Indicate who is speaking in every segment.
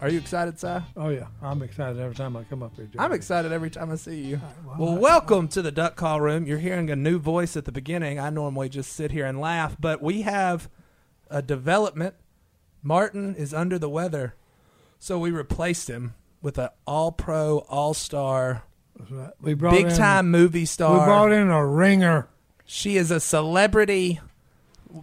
Speaker 1: Are you excited, Si?
Speaker 2: Oh yeah, I'm excited every time I come up here. Jerry.
Speaker 1: I'm excited every time I see you.
Speaker 2: well,
Speaker 1: Well, welcome to the Duck Call Room. You're hearing a new voice at the beginning. I normally just sit here and laugh, but we have a development. Martin is under the weather, so we replaced him with an all pro, all star,
Speaker 2: That's right. We brought
Speaker 1: big
Speaker 2: in-
Speaker 1: time movie
Speaker 2: We brought
Speaker 1: star.
Speaker 2: in a ringer.
Speaker 1: She is a celebrity,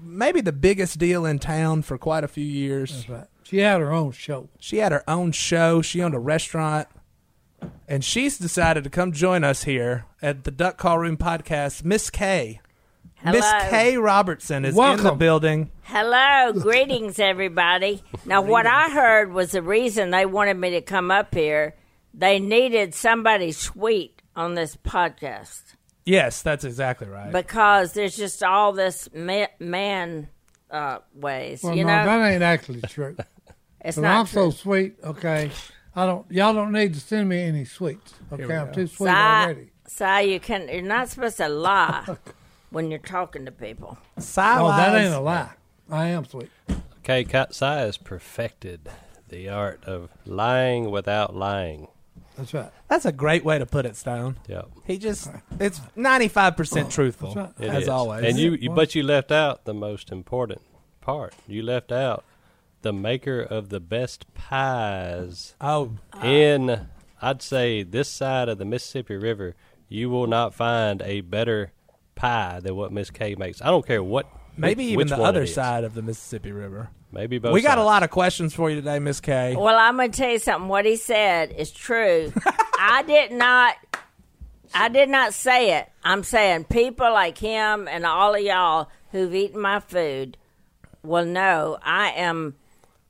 Speaker 1: maybe the biggest deal in town for quite a few years.
Speaker 2: That's right. She had her own show.
Speaker 1: She had her own show. She owned a restaurant. And she's decided to come join us here at the Duck Call Room podcast. Miss K. Miss
Speaker 3: Hello.
Speaker 1: K. Robertson is in the
Speaker 2: Welcome.
Speaker 1: building.
Speaker 3: Hello, greetings, everybody. Now, what I heard was the reason they wanted me to come up here. They needed somebody sweet on this podcast
Speaker 1: Yes, that's exactly right.
Speaker 3: because there's just all this ma- man uh, ways.
Speaker 2: Well,
Speaker 3: you
Speaker 2: no,
Speaker 3: know,
Speaker 2: that ain't actually true.
Speaker 3: it's
Speaker 2: But I'm
Speaker 3: not
Speaker 2: so
Speaker 3: true.
Speaker 2: sweet. Okay, I don't. Y'all don't need to send me any sweets. Okay, I'm too sweet already.
Speaker 3: Si, si, you can. You're not supposed to lie when you're talking to people.
Speaker 2: Oh,
Speaker 1: Sideways.
Speaker 2: that ain't a lie. I am sweet.
Speaker 4: K. Katsai has perfected the art of lying without lying.
Speaker 2: That's right.
Speaker 1: That's a great way to put it, Stone.
Speaker 4: Yep.
Speaker 1: He just, it's 95% truthful,
Speaker 2: That's
Speaker 4: Oh, it
Speaker 1: as
Speaker 4: is.
Speaker 1: always.
Speaker 4: And you, you but you left out the most important part. You left out the maker of the best pies
Speaker 1: oh,
Speaker 4: in I'd say this side of the Mississippi River, you will not find a better pie than what Miss K makes. I don't care what
Speaker 1: maybe
Speaker 4: which-
Speaker 1: even
Speaker 4: which
Speaker 1: the
Speaker 4: one it
Speaker 1: other
Speaker 4: is.
Speaker 1: side of the Mississippi River.
Speaker 4: Maybe both
Speaker 1: we got a
Speaker 4: sides.
Speaker 1: lot of questions for you today, Miss K.
Speaker 3: Well, I'm going to tell you something. What he said is true. I did not. I did not say it. I'm saying people like him and all of y'all who've eaten my food will know I am.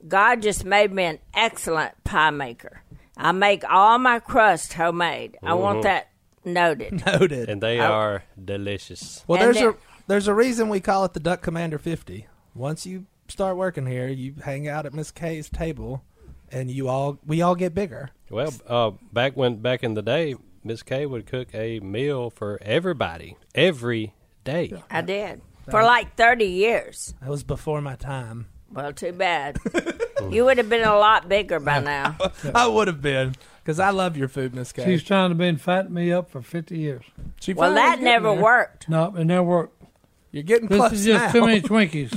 Speaker 3: God just made me an excellent pie maker. I make all my crust homemade. I want that noted.
Speaker 1: Noted.
Speaker 4: and they are delicious.
Speaker 1: Well,
Speaker 3: And
Speaker 1: there's
Speaker 3: there-
Speaker 1: a there's a reason we call it the Duck Commander 50. Once you start working here, you hang out at Miss K's table, and you all we all get bigger.
Speaker 4: Well, uh, back when back in the day, Miss K would cook a meal for everybody every day.
Speaker 3: I did for like 30 years.
Speaker 1: That was before my time.
Speaker 3: Well, too bad. you would have been a lot bigger by now.
Speaker 1: I would have been because I love your food, Miss K.
Speaker 2: She's trying to been fatting me up for 50 years.
Speaker 1: She
Speaker 3: Well,
Speaker 1: finally
Speaker 3: that
Speaker 1: getting
Speaker 3: never
Speaker 1: there.
Speaker 3: worked.
Speaker 2: No, it never worked.
Speaker 1: You're getting
Speaker 2: This
Speaker 1: close
Speaker 2: is just
Speaker 1: now.
Speaker 2: too many Twinkies.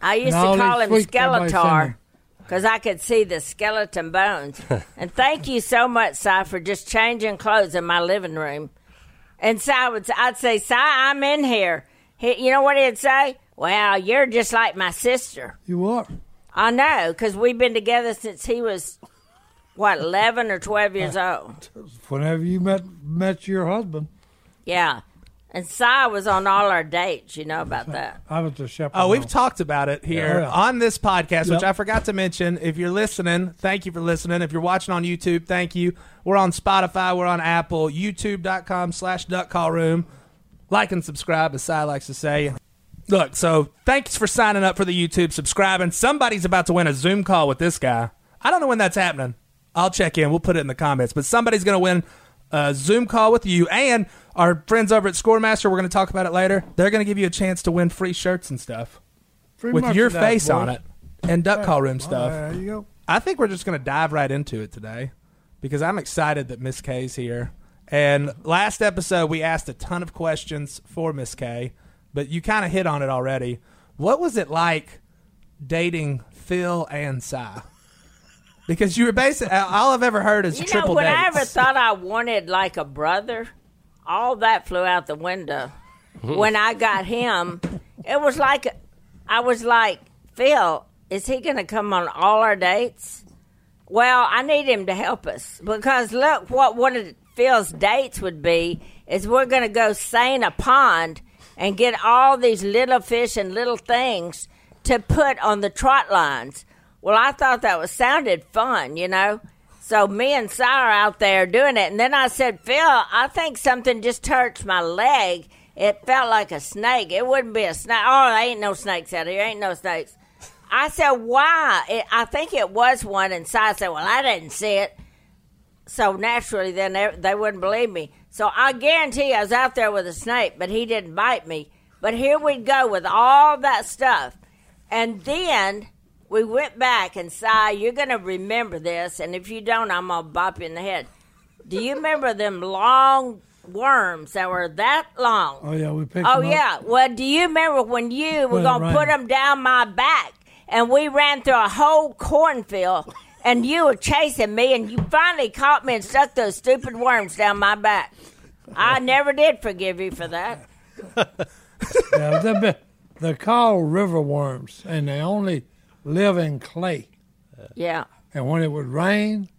Speaker 3: I used
Speaker 2: And all
Speaker 3: to call
Speaker 2: these
Speaker 3: him
Speaker 2: sweets everybody send me.
Speaker 3: Skeletor because I could see the skeleton bones. and thank you so much, Si, for just changing clothes in my living room. And Si would, I'd say, Si, I'm in here. He, you know what he'd say? Well, you're just like my sister.
Speaker 2: You are.
Speaker 3: I know because we've been together since he was what 11 or 12 years old.
Speaker 2: Whenever you met met your husband,
Speaker 3: Yeah. And Si was on all our dates. You know about that.
Speaker 2: I was the shepherd.
Speaker 1: Oh, we've
Speaker 2: on.
Speaker 1: talked about it here
Speaker 2: Yeah.
Speaker 1: on this podcast, which
Speaker 2: Yep.
Speaker 1: I forgot to mention. If you're listening, thank you for listening. If you're watching on YouTube, thank you. We're on Spotify, we're on Apple, youtube.com slash duck call room. Like and subscribe, as Cy likes to say. Look, so thanks for signing up for the YouTube, subscribing. Somebody's about to win a Zoom call with this guy. I don't know when that's happening. I'll check in. We'll put it in the comments. But somebody's going to win a Zoom call with you. And our friends over at Scoremaster, we're going to talk about it later. They're going to give you a chance to win free shirts and stuff
Speaker 2: Free
Speaker 1: with your
Speaker 2: merchandise,
Speaker 1: face on
Speaker 2: boys.
Speaker 1: it and duck call room
Speaker 2: All
Speaker 1: stuff.
Speaker 2: right, oh, there you go.
Speaker 1: I think we're just going to dive right into it today because I'm excited that Miss K's here. And last episode, we asked a ton of questions for Miss K, but you kind of hit on it already. What was it like dating Phil and Cy? Because you were basically all I've ever heard is
Speaker 3: You know,
Speaker 1: triple
Speaker 3: when I
Speaker 1: dates.
Speaker 3: ever thought I wanted like a brother, all that flew out the window. when I got him, it was like I was like, Phil, is he going to come on all our dates? Well, I need him to help us because look, what one of Phil's dates would be is we're going to go seine a pond and get all these little fish and little things to put on the trot lines. Well, I thought that was sounded fun, you know. So me and Si are out there doing it, and then I said, Phil, I think something just touched my leg. It felt like a snake. It wouldn't be a snake. Oh, there ain't no snakes out here. Ain't no snakes. I said, why? It, I think it was one. And Si said, well, I didn't see it. So naturally, then they, they wouldn't believe me. So I guarantee I was out there with a snake, but he didn't bite me. But here we'd go with all that stuff. And then we went back and Si, you're going to remember this. And if you don't, I'm going to bop you in the head. Do you remember them long worms that were that long?
Speaker 2: Oh yeah, we picked.
Speaker 3: Oh
Speaker 2: them up.
Speaker 3: yeah. Well, do you remember when you were
Speaker 2: Well,
Speaker 3: gonna
Speaker 2: right.
Speaker 3: put them down my back, and we ran through a whole cornfield, and you were chasing me, and you finally caught me and stuck those stupid worms down my back. I never did forgive you for that.
Speaker 2: Yeah, they're, be- they're called river worms, and they only live in clay.
Speaker 3: Yeah.
Speaker 2: And when it would rain,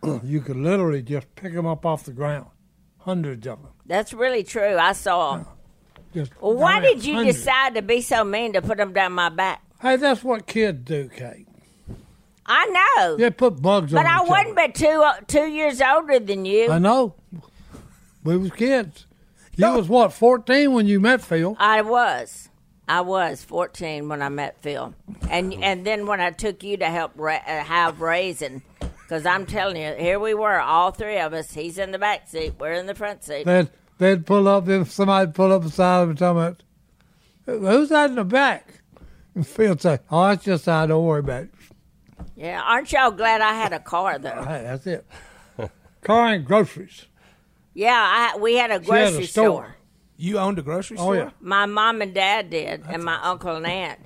Speaker 2: you could literally just pick them up off the ground, hundreds of them.
Speaker 3: That's really true. I saw 'em.
Speaker 2: Just
Speaker 3: Well, why
Speaker 2: I mean,
Speaker 3: did you
Speaker 2: hundreds.
Speaker 3: decide to be so mean to put them down my back?
Speaker 2: Hey, that's what kids do, Kate.
Speaker 3: I know,
Speaker 2: They put bugs on.
Speaker 3: but I
Speaker 2: each
Speaker 3: wasn't
Speaker 2: other.
Speaker 3: but two uh, two years older than you.
Speaker 2: I know. We was kids. You was what fourteen when you met Phil?
Speaker 3: I was. I was 14 when I met Phil, and and then when I took you to help ra- uh, have raising, because I'm telling you, here we were, all three of us. He's in the back seat, we're in the front seat.
Speaker 2: They'd they'd pull up if somebody pull up beside them and tell me, "Who's that in the back?" And Phil'd say, "Oh, it's just I. Don't worry about it."
Speaker 3: Yeah, aren't y'all glad I had a car though?
Speaker 2: Hey, that's it. Car and groceries.
Speaker 3: Yeah, I, we had a
Speaker 2: She had
Speaker 3: grocery
Speaker 2: a
Speaker 3: store.
Speaker 2: store.
Speaker 1: You owned a grocery
Speaker 2: Oh
Speaker 1: store?
Speaker 2: yeah.
Speaker 3: My mom and dad did, and my uncle and aunt.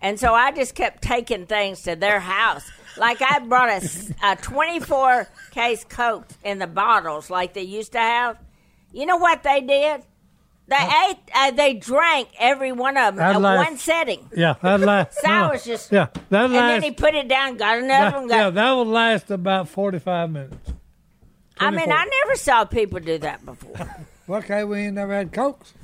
Speaker 3: And so I just kept taking things to their house. Like I brought a s- a 24 case Coke in the bottles like they used to have. You know what they did? They ate, uh, they drank every one of them
Speaker 2: I'd
Speaker 3: in
Speaker 2: like-
Speaker 3: one setting.
Speaker 2: Yeah, that last.
Speaker 3: So I was just-
Speaker 2: Yeah, that
Speaker 3: And
Speaker 2: last.
Speaker 3: then he put it down, got another one.
Speaker 2: that,
Speaker 3: Got,
Speaker 2: yeah, that would last about forty-five minutes.
Speaker 3: I mean,
Speaker 2: 24.
Speaker 3: I never saw people do that before.
Speaker 2: Okay, we ain't never had cokes.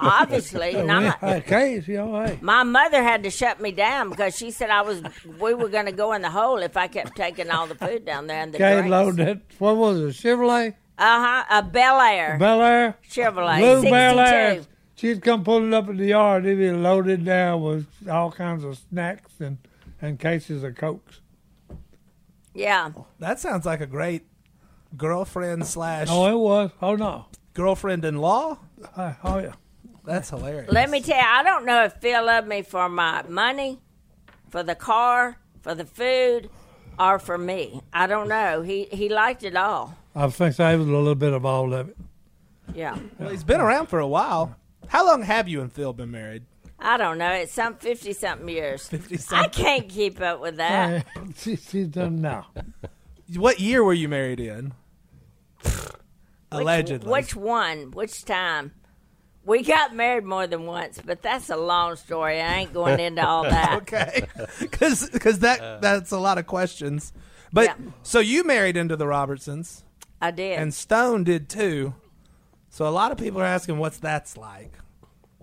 Speaker 3: Obviously
Speaker 2: We ain't
Speaker 3: not.
Speaker 2: had case, you know. Hey,
Speaker 3: My mother had to shut me down because she said I was we were going to go in the hole if I kept taking all the food down there and the
Speaker 2: okay,
Speaker 3: drinks.
Speaker 2: loaded. What was it? Chevrolet,
Speaker 3: Uh huh. A Bel Air
Speaker 2: Bel Air,
Speaker 3: Chevrolet
Speaker 2: Blue Bel Air.
Speaker 3: 62.
Speaker 2: She'd come pulling up in the yard. It'd be loaded down with all kinds of snacks and and cases of cokes.
Speaker 3: Yeah.
Speaker 1: That sounds like a great girlfriend slash
Speaker 2: Oh, it was. Oh no.
Speaker 1: girlfriend in law.
Speaker 2: Hey, oh yeah.
Speaker 1: That's hilarious.
Speaker 3: Let me tell you, I don't know if Phil loved me for my money, for the car, for the food, or for me. I don't know. He he liked it all.
Speaker 2: I think so. It was a little bit of all of it.
Speaker 3: Yeah.
Speaker 1: Well, he's been around for a while. How long have you and Phil been married?
Speaker 3: I don't know. It's some fifty something years.
Speaker 1: 50-something.
Speaker 3: I can't keep up with
Speaker 1: Uh.
Speaker 3: that.
Speaker 2: she, she's done now.
Speaker 1: What year were you married in? Allegedly.
Speaker 3: Which one? Which time? We got married more than once, but that's a long story. I ain't going into all that.
Speaker 1: okay. Because that that's a lot of questions. But
Speaker 3: Yeah.
Speaker 1: so you married into the Robertsons,
Speaker 3: I did.
Speaker 1: and Stone did too. So a lot of people are asking what's that's like.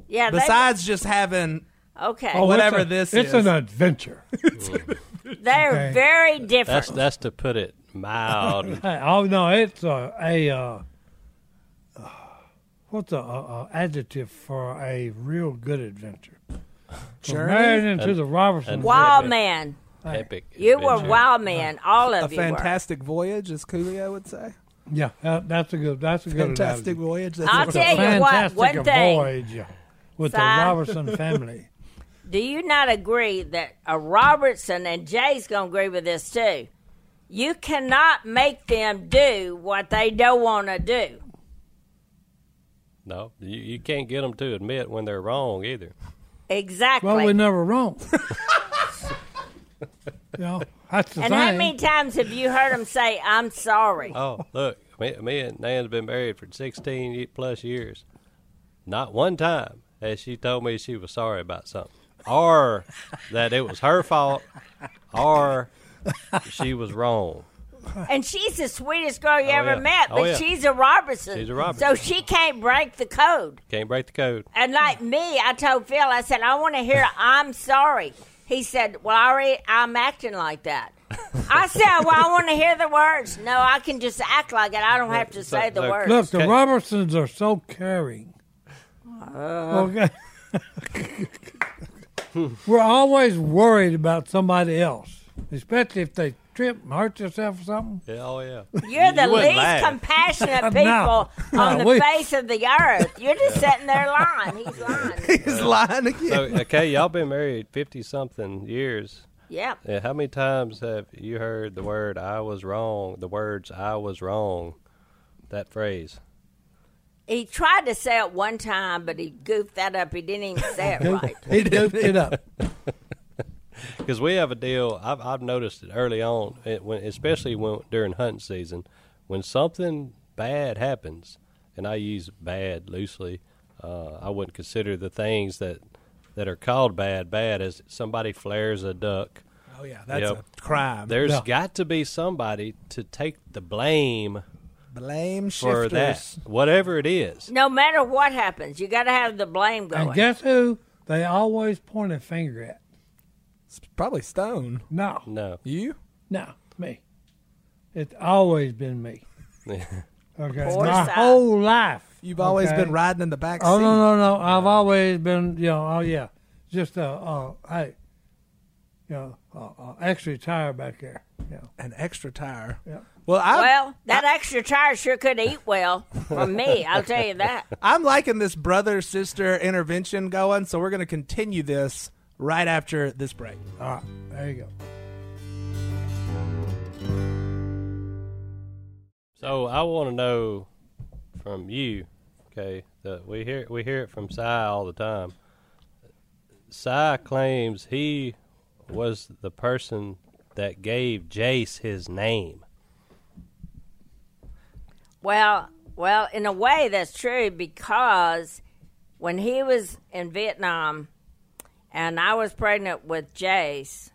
Speaker 3: yeah. they-
Speaker 1: Besides just having
Speaker 3: okay.
Speaker 2: Oh, it's
Speaker 1: Whatever
Speaker 2: a-
Speaker 1: this
Speaker 2: it's
Speaker 1: is.
Speaker 2: an adventure.
Speaker 3: They're
Speaker 2: Okay.
Speaker 3: very different.
Speaker 4: That's that's to put it mild.
Speaker 2: Hey, oh no, it's a, a uh, what's a, a, a adjective for a real good adventure? From
Speaker 1: Journey?
Speaker 2: Married into the Robertson.
Speaker 4: and-
Speaker 3: wild man.
Speaker 4: epic.
Speaker 3: You were
Speaker 4: adventure.
Speaker 3: wild man. All
Speaker 1: a
Speaker 3: of you
Speaker 1: fantastic voyage, as Coolio would say.
Speaker 2: yeah, that, that's a good. That's a good
Speaker 1: Fantastic
Speaker 2: analogy.
Speaker 1: voyage.
Speaker 3: I'll
Speaker 1: That's
Speaker 3: tell you
Speaker 1: a-
Speaker 3: what,
Speaker 2: Fantastic
Speaker 3: one thing.
Speaker 2: voyage with the
Speaker 3: Si.
Speaker 2: Robertson family.
Speaker 3: were. Do you not agree that a Robertson and Jay's gonna agree with this too? You cannot make them do what they don't want to do.
Speaker 4: No, you, you can't get them to admit when they're wrong either.
Speaker 3: Exactly.
Speaker 2: Well, we're never wrong. you know, that's the
Speaker 3: and how
Speaker 2: thing.
Speaker 3: many times have you heard them say, "I'm sorry"?
Speaker 4: Oh, look, me, me and Nan's been married for 16 ye- plus years. Not one time has she told me she was sorry about something, or that it was her fault, or she was wrong.
Speaker 3: And she's the sweetest girl you ever
Speaker 4: yeah.
Speaker 3: met,
Speaker 4: Oh,
Speaker 3: but
Speaker 4: yeah.
Speaker 3: she's a Robertson.
Speaker 4: She's a Robertson.
Speaker 3: So she can't break the code.
Speaker 4: Can't break the code.
Speaker 3: And
Speaker 4: Mm-hmm.
Speaker 3: like me, I told Phil, I said, I want to hear I'm sorry. He said, Well, I already, I'm acting like that. I said, Well, I want to hear the words. No, I can just act like it. I don't have to
Speaker 4: So-
Speaker 3: say the
Speaker 4: so-
Speaker 3: words.
Speaker 2: Look, the
Speaker 4: Okay.
Speaker 2: Robertsons are so caring.
Speaker 3: Uh.
Speaker 2: okay. We're always worried about somebody else, especially if they trip and hurt yourself or something?
Speaker 4: Yeah, oh yeah.
Speaker 3: You're the
Speaker 4: You wouldn't
Speaker 3: least
Speaker 4: laugh.
Speaker 3: compassionate people
Speaker 2: No.
Speaker 3: on the
Speaker 2: We-
Speaker 3: face of the earth. You're just sitting there lying. He's lying.
Speaker 1: He's lying again.
Speaker 4: So, okay, y'all been married fifty something years.
Speaker 3: Yep.
Speaker 4: Yeah, how many times have you heard the word "I was wrong"? The words "I was wrong," that phrase.
Speaker 3: He tried to say it one time, but he goofed that up. He didn't even say it right.
Speaker 2: He doped it up.
Speaker 4: Because we have a deal. I've I've noticed it early on, it, when especially when during hunting season, when something bad happens, and I use bad loosely. Uh, I wouldn't consider the things that that are called bad bad as somebody flares a duck.
Speaker 1: Oh yeah, that's
Speaker 4: Yep.
Speaker 1: a crime.
Speaker 4: There's
Speaker 2: Yeah.
Speaker 4: got to be somebody to take the blame
Speaker 1: blame
Speaker 4: for
Speaker 1: shifters.
Speaker 4: that, whatever it is.
Speaker 3: No matter what happens, you got to have the blame
Speaker 2: And
Speaker 3: going.
Speaker 2: guess who? They always point a finger at.
Speaker 1: It's probably Stone.
Speaker 2: No,
Speaker 4: No.
Speaker 1: You?
Speaker 2: no, me. It's always been me. Okay,
Speaker 3: Poor
Speaker 2: my
Speaker 3: side.
Speaker 2: whole life.
Speaker 1: You've always
Speaker 2: okay?
Speaker 1: been riding in the back seat.
Speaker 2: Oh no no no! I've always been you know oh yeah, just a uh, hey, you know uh, uh, extra tire back there. You know.
Speaker 1: An extra tire.
Speaker 2: Yeah.
Speaker 1: Well, I,
Speaker 3: well, that extra tire sure could eat well from me. I'll tell you that.
Speaker 1: I'm liking this brother sister intervention going, so we're going to continue this right after this break.
Speaker 2: All right, there you go.
Speaker 4: So I want to know from you, okay? That we hear we hear it from Si all the time. Si claims he was the person that gave Jace his name.
Speaker 3: Well, well, in a way, that's true because when he was in Vietnam and I was pregnant with Jace,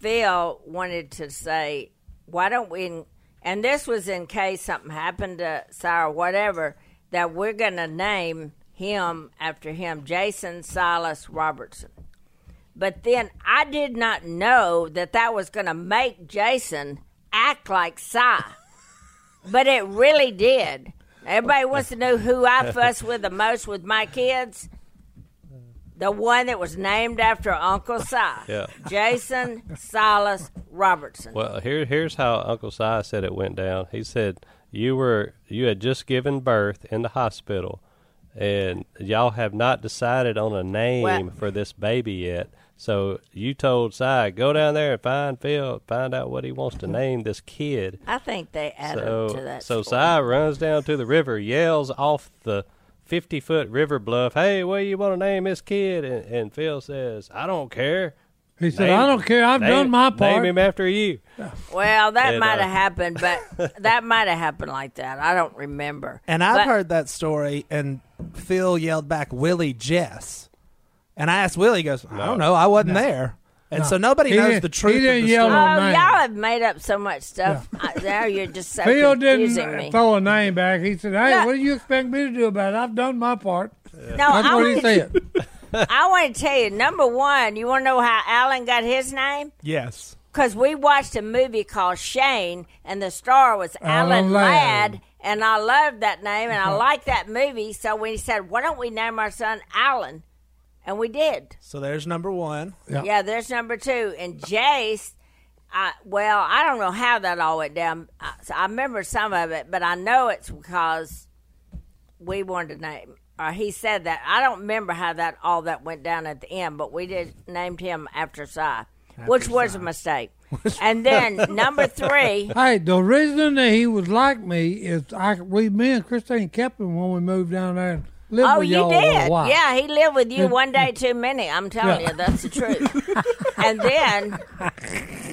Speaker 3: Phil wanted to say, "Why don't we?" And this was in case something happened to Sire, whatever. That we're going to name him after him, Jason Silas Robertson. But then I did not know that that was going to make Jason act like Si. But it really did. Everybody wants to know who I fuss with the most with my kids. The one that was named after Uncle Si,
Speaker 4: Yeah.
Speaker 3: Jason Silas Robertson.
Speaker 4: Well, here here's how Uncle Si said it went down. He said you were you had just given birth in the hospital, and y'all have not decided on a name
Speaker 3: Well-
Speaker 4: for this baby yet. So you told Si go down there and find Phil, find out what he wants to name this kid.
Speaker 3: I think they added to
Speaker 4: So
Speaker 3: that.
Speaker 4: so Si
Speaker 3: story.
Speaker 4: runs down to the river, yells off the fifty foot river bluff, "Hey, what do you want to name this kid?" And, and Phil says, "I don't care."
Speaker 2: He said,
Speaker 4: Name-
Speaker 2: "I don't care. I've
Speaker 4: name-
Speaker 2: done my part."
Speaker 4: Name him after you.
Speaker 3: well, that
Speaker 4: And,
Speaker 3: might
Speaker 4: uh,
Speaker 3: have happened, but that might have happened like that. I don't remember.
Speaker 1: And I've
Speaker 3: But-
Speaker 1: heard that story, and Phil yelled back, Willie Jess. And I asked Willie, he goes, I don't know, I wasn't there. And so nobody
Speaker 2: He
Speaker 1: knows
Speaker 2: didn't-
Speaker 1: the truth
Speaker 2: he
Speaker 1: of
Speaker 2: didn't
Speaker 1: the
Speaker 2: yell
Speaker 1: story.
Speaker 2: on-
Speaker 3: Oh,
Speaker 2: name.
Speaker 3: y'all have made up so much stuff. I, now you're just so
Speaker 2: Phil didn't
Speaker 3: confusing
Speaker 2: uh,
Speaker 3: me.
Speaker 2: throw a name back. He said, "Hey,
Speaker 3: Yeah.
Speaker 2: what do you expect me to do about it? I've done my part."
Speaker 3: no,
Speaker 2: That's
Speaker 3: I
Speaker 2: what he
Speaker 3: want,
Speaker 2: said.
Speaker 3: I want to tell you. Number one, you want to know how Alan got his name?
Speaker 1: Yes.
Speaker 3: Because we watched a movie called Shane, and the star was
Speaker 2: Alan
Speaker 3: Alan,
Speaker 2: Ladd.
Speaker 3: Ladd. and I loved that name, and I liked that movie. So when he said, "Why don't we name our son Alan?" and we did.
Speaker 1: So there's number one.
Speaker 2: Yeah.
Speaker 3: Yeah, there's number two, and Jace. I, well, I don't know how that all went down. I, so I remember some of it, but I know it's because we wanted to name, or he said that. I don't remember how that all that went down at the end, but we did named him after Cy, which was a mistake. and then number three,
Speaker 2: Hey, the reason that he was like me is I we me and Christine kept him when we moved down there and lived
Speaker 3: oh,
Speaker 2: with
Speaker 3: you
Speaker 2: y'all for
Speaker 3: did,
Speaker 2: a while.
Speaker 3: yeah. He lived with you one day too many. I'm telling
Speaker 2: Yeah.
Speaker 3: you, that's the truth. and then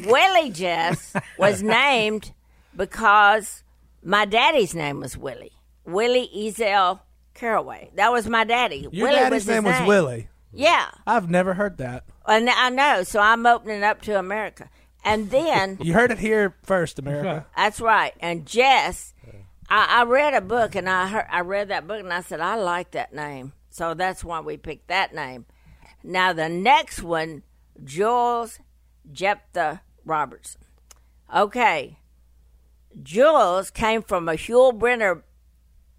Speaker 3: Willie Jess was named because my daddy's name was Willie. Willie Ezel Caraway. That was my daddy.
Speaker 1: Your
Speaker 3: Willie
Speaker 1: daddy's
Speaker 3: was his
Speaker 1: name was Willie.
Speaker 3: Yeah,
Speaker 1: I've never heard that.
Speaker 3: and I know. So I'm opening up to America. And then
Speaker 1: You heard it here first, America.
Speaker 3: that's right. And Jess, I, I read a book and I heard, I read that book and I said I like that name, so that's why we picked that name. Now the next one, Jules Jephthah Robertson. Okay, Jules came from a Huel Brenner.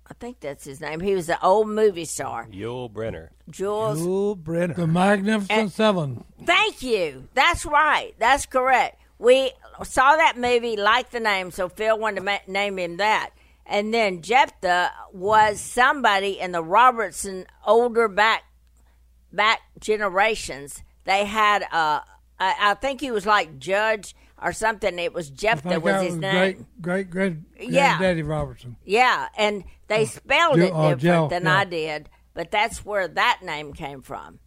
Speaker 3: I think that's his name. He was an old movie star.
Speaker 4: Yul Brenner.
Speaker 3: Jules
Speaker 1: Yul Brenner.
Speaker 2: The Magnificent Seven.
Speaker 3: Thank you. That's right. That's correct. We saw that movie, liked the name, so Phil wanted to ma- name him that. And then Jephthah was somebody in the Robertson older back back generations. They had uh, I, I think he was like judge or something. It was
Speaker 2: I
Speaker 3: Jephthah
Speaker 2: think
Speaker 3: was
Speaker 2: that
Speaker 3: his name.
Speaker 2: Great, great, great, great
Speaker 3: Yeah.
Speaker 2: Daddy Robertson.
Speaker 3: Yeah, and they spelled
Speaker 2: Ju-
Speaker 3: it
Speaker 2: oh,
Speaker 3: different
Speaker 2: Jill,
Speaker 3: than
Speaker 2: yeah.
Speaker 3: I did, but that's where that name came from.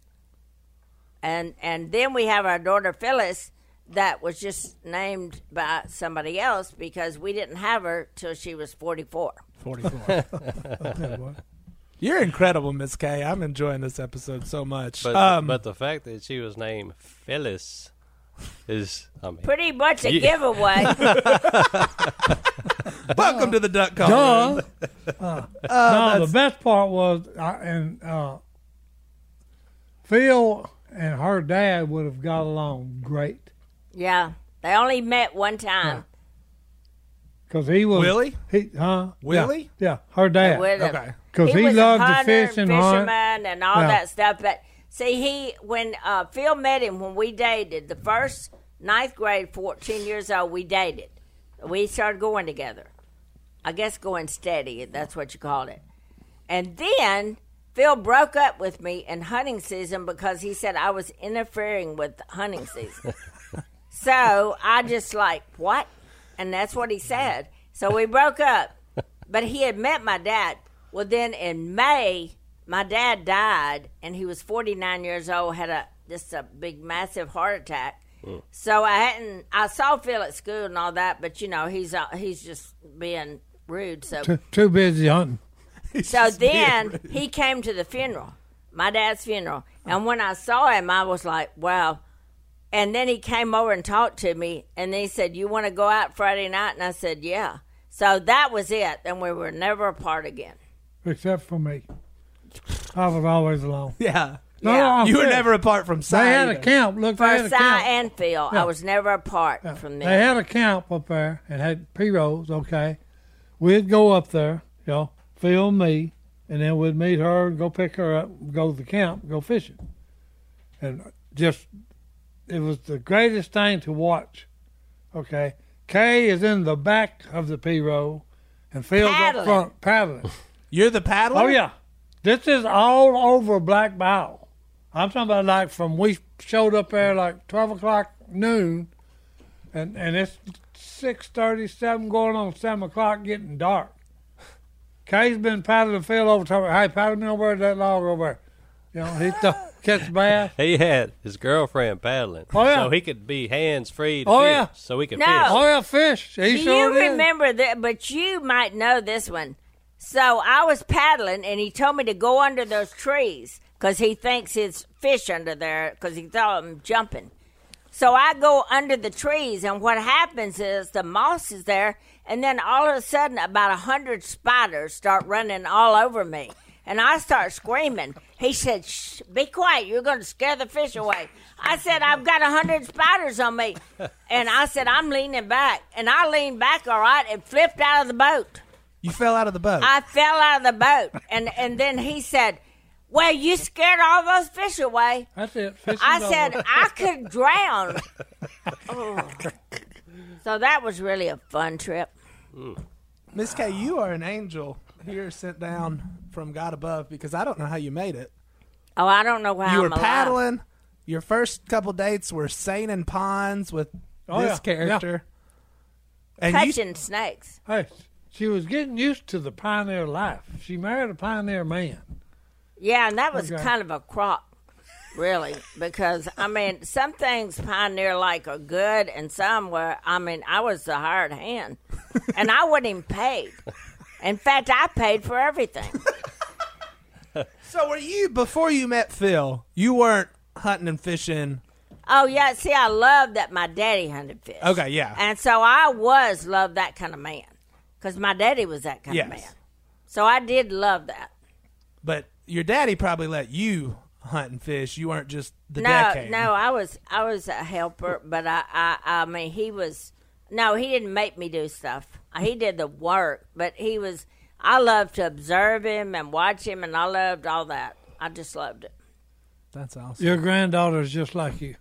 Speaker 3: And and then we have our daughter Phyllis that was just named by somebody else because we didn't have her till she was 44.
Speaker 1: 44.
Speaker 2: That was.
Speaker 1: You're incredible, Miss K. I'm enjoying this episode so much.
Speaker 4: But,
Speaker 1: um,
Speaker 4: but the fact that she was named Phyllis is, I mean,
Speaker 3: Pretty much a
Speaker 4: Yeah.
Speaker 3: giveaway.
Speaker 1: welcome to the duck call.
Speaker 2: Duh. Uh, no, the best part was, I, and uh, Phil and her dad would have got along great
Speaker 3: yeah. They only met one time.
Speaker 2: because he was
Speaker 1: Willie?
Speaker 2: He, huh?
Speaker 1: Willie?
Speaker 2: Yeah, yeah, her dad.
Speaker 3: with him.
Speaker 1: Okay.
Speaker 2: 'Cause he
Speaker 3: was a
Speaker 2: loved to
Speaker 3: hunter
Speaker 2: fish and hunt.
Speaker 3: fisherman and all
Speaker 2: Yeah.
Speaker 3: that stuff. But see, he when uh, Phil met him when we dated the first ninth grade, fourteen years old, we dated. We started going together. I guess going steady. That's what you called it. And then Phil broke up with me in hunting season because he said I was interfering with hunting season. so I just like, what? And that's what he said. So we broke up. But he had met my dad. Well, then in May, my dad died, and he was 49 years old, had a just a big, massive heart attack. So I hadn't. I saw Phil at school and all that, but you know he's uh, he's just being rude. So
Speaker 2: Too, too busy hunting.
Speaker 3: so then he came to the funeral, my dad's funeral. And when I saw him, I was like, wow. And then he came over and talked to me. And then he said, You want to go out Friday night? And I said, Yeah. So that was it. And we were never apart again.
Speaker 2: except for me. I was always alone.
Speaker 1: Yeah.
Speaker 2: No,
Speaker 3: Yeah.
Speaker 2: I'm
Speaker 1: You were
Speaker 2: serious.
Speaker 1: never apart from
Speaker 2: They
Speaker 1: Sai.
Speaker 2: had a
Speaker 1: either.
Speaker 2: camp. Look, they
Speaker 3: For
Speaker 2: had a
Speaker 3: Si
Speaker 2: camp.
Speaker 3: and Phil, I was never apart from
Speaker 2: they had
Speaker 3: them.
Speaker 2: a camp up there and had pre rolls. Okay, we'd go up there, you know, film me, and then we'd meet her and go pick her up, go to the camp, go fishing, and just it was the greatest thing to watch. Okay, Kay is in the back of the P roll, and Phil's
Speaker 3: Paddling.
Speaker 2: up front paddling.
Speaker 1: You're the paddler?
Speaker 2: Oh yeah, this is all over Black Bow. I'm talking about like from we showed up there like twelve o'clock noon, and and it's six thirty seven going on seven o'clock getting dark. Kay's been paddling the field over to Hey, paddle me over that log over there. You know he th- catch bass.
Speaker 4: he had his girlfriend paddling.
Speaker 2: Oh, yeah.
Speaker 4: So he could be hands free to
Speaker 2: Oh,
Speaker 4: fish.
Speaker 2: yeah.
Speaker 4: So he could
Speaker 3: No.
Speaker 4: fish.
Speaker 2: Oh yeah, fish. He
Speaker 3: Do
Speaker 2: sure
Speaker 3: you
Speaker 2: did.
Speaker 3: remember that? But you might know this one. So I was paddling, and he told me to go under those trees because he thinks it's fish under there because he thought I'm jumping. So I go under the trees, and what happens is the moss is there, and then all of a sudden, about a hundred spiders start running all over me, and I start screaming. He said, Shh, "Be quiet! You're going to scare the fish away." I said, "I've got a hundred spiders on me," and I said, "I'm leaning back," and I leaned back, all right, and flipped out of the boat.
Speaker 1: You fell out of the boat.
Speaker 3: I fell out of the boat, and and then he said, "Well, you scared all those fish away."
Speaker 2: That's it. Fishing's
Speaker 3: I
Speaker 2: over.
Speaker 3: said I could drown. Oh. So that was really a fun trip.
Speaker 1: Miss K, you are an angel here sent down from God above because I don't know how you made it.
Speaker 3: Oh, I don't know how
Speaker 1: you
Speaker 3: I'm
Speaker 1: were
Speaker 3: alive.
Speaker 1: paddling. Your first couple dates were sane in ponds with
Speaker 2: Oh,
Speaker 1: this
Speaker 2: yeah.
Speaker 1: character. And you,
Speaker 3: catching snakes.
Speaker 2: Hey, she was getting used to the pioneer life. She married a pioneer man.
Speaker 3: Yeah, and that was
Speaker 2: Okay.
Speaker 3: kind of a crop, really, because I mean, some things pioneer like are good, and some were. I mean, I was the hired hand, and I wasn't even paid. In fact, I paid for everything.
Speaker 1: so were you before you met Phil? You weren't hunting and fishing.
Speaker 3: Oh yeah, see, I love that my daddy hunted fish.
Speaker 1: Okay, yeah.
Speaker 3: and so I was loved that kind of man, because my daddy was that kind
Speaker 1: Yes.
Speaker 3: of man. So I did love that.
Speaker 1: But your daddy probably let you hunt and fish. You weren't just the
Speaker 3: no,
Speaker 1: decade.
Speaker 3: no, I was I was a helper, but I, I I mean he was no, he didn't make me do stuff. He did the work, but he was I loved to observe him and watch him, and I loved all that. I just loved it.
Speaker 1: That's awesome.
Speaker 2: Your granddaughter's just like you.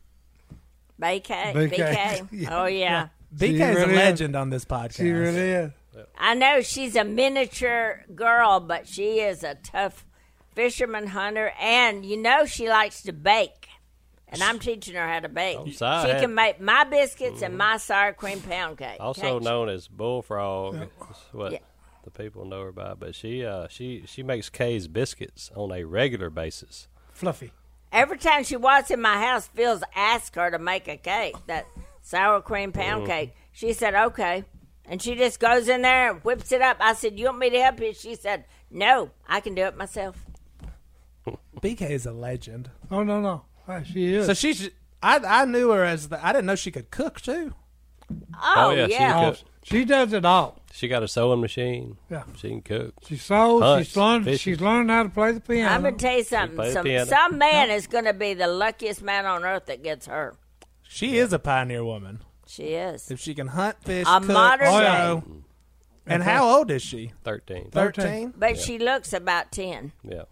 Speaker 3: BK,
Speaker 2: BK.
Speaker 3: BK. Oh yeah,
Speaker 1: BK's
Speaker 2: really
Speaker 1: a
Speaker 2: is.
Speaker 1: legend on this podcast.
Speaker 2: She really is.
Speaker 3: I know she's a miniature girl, but she is a tough fisherman hunter, and you know she likes to bake. And I'm teaching her how to bake.
Speaker 4: Oh,
Speaker 3: She
Speaker 4: so I-
Speaker 3: can make my biscuits and my sour cream pound cake.
Speaker 4: also
Speaker 3: Can't she?
Speaker 4: known as bullfrog. is what
Speaker 3: oh, Yeah.
Speaker 4: the people know her by. But she uh, she she makes Kay's biscuits on a regular basis.
Speaker 2: Fluffy.
Speaker 3: Every time she walks in my house, Phil's asked her to make a cake, that sour cream
Speaker 4: Mm.
Speaker 3: pound cake. She said, okay. And she just goes in there and whips it up. I said, You want me to help you? She said, No, I can do it myself.
Speaker 1: BK is a legend.
Speaker 2: Oh no no, Uh, she is.
Speaker 1: So she's. I I knew her as the. I didn't know she could cook too.
Speaker 3: Oh,
Speaker 4: yeah, she
Speaker 3: yeah.
Speaker 2: Oh,
Speaker 4: could.
Speaker 2: she does it all.
Speaker 4: She got a sewing machine.
Speaker 2: Yeah.
Speaker 4: She can cook.
Speaker 2: She sews.
Speaker 4: Hunts,
Speaker 2: She's learned.
Speaker 4: fishing.
Speaker 2: She's learned how to play the piano.
Speaker 3: I'm gonna tell you
Speaker 4: play
Speaker 3: something.
Speaker 4: the
Speaker 3: Some,
Speaker 4: piano.
Speaker 3: some man is gonna be the luckiest man on earth that gets her.
Speaker 1: She is a pioneer woman.
Speaker 3: She is.
Speaker 1: If she can hunt, fish,
Speaker 3: A
Speaker 1: cook,
Speaker 3: modern
Speaker 1: sew. And how old is she?
Speaker 4: Thirteen.
Speaker 1: Thirteen.
Speaker 3: But she looks about ten.
Speaker 4: Yeah.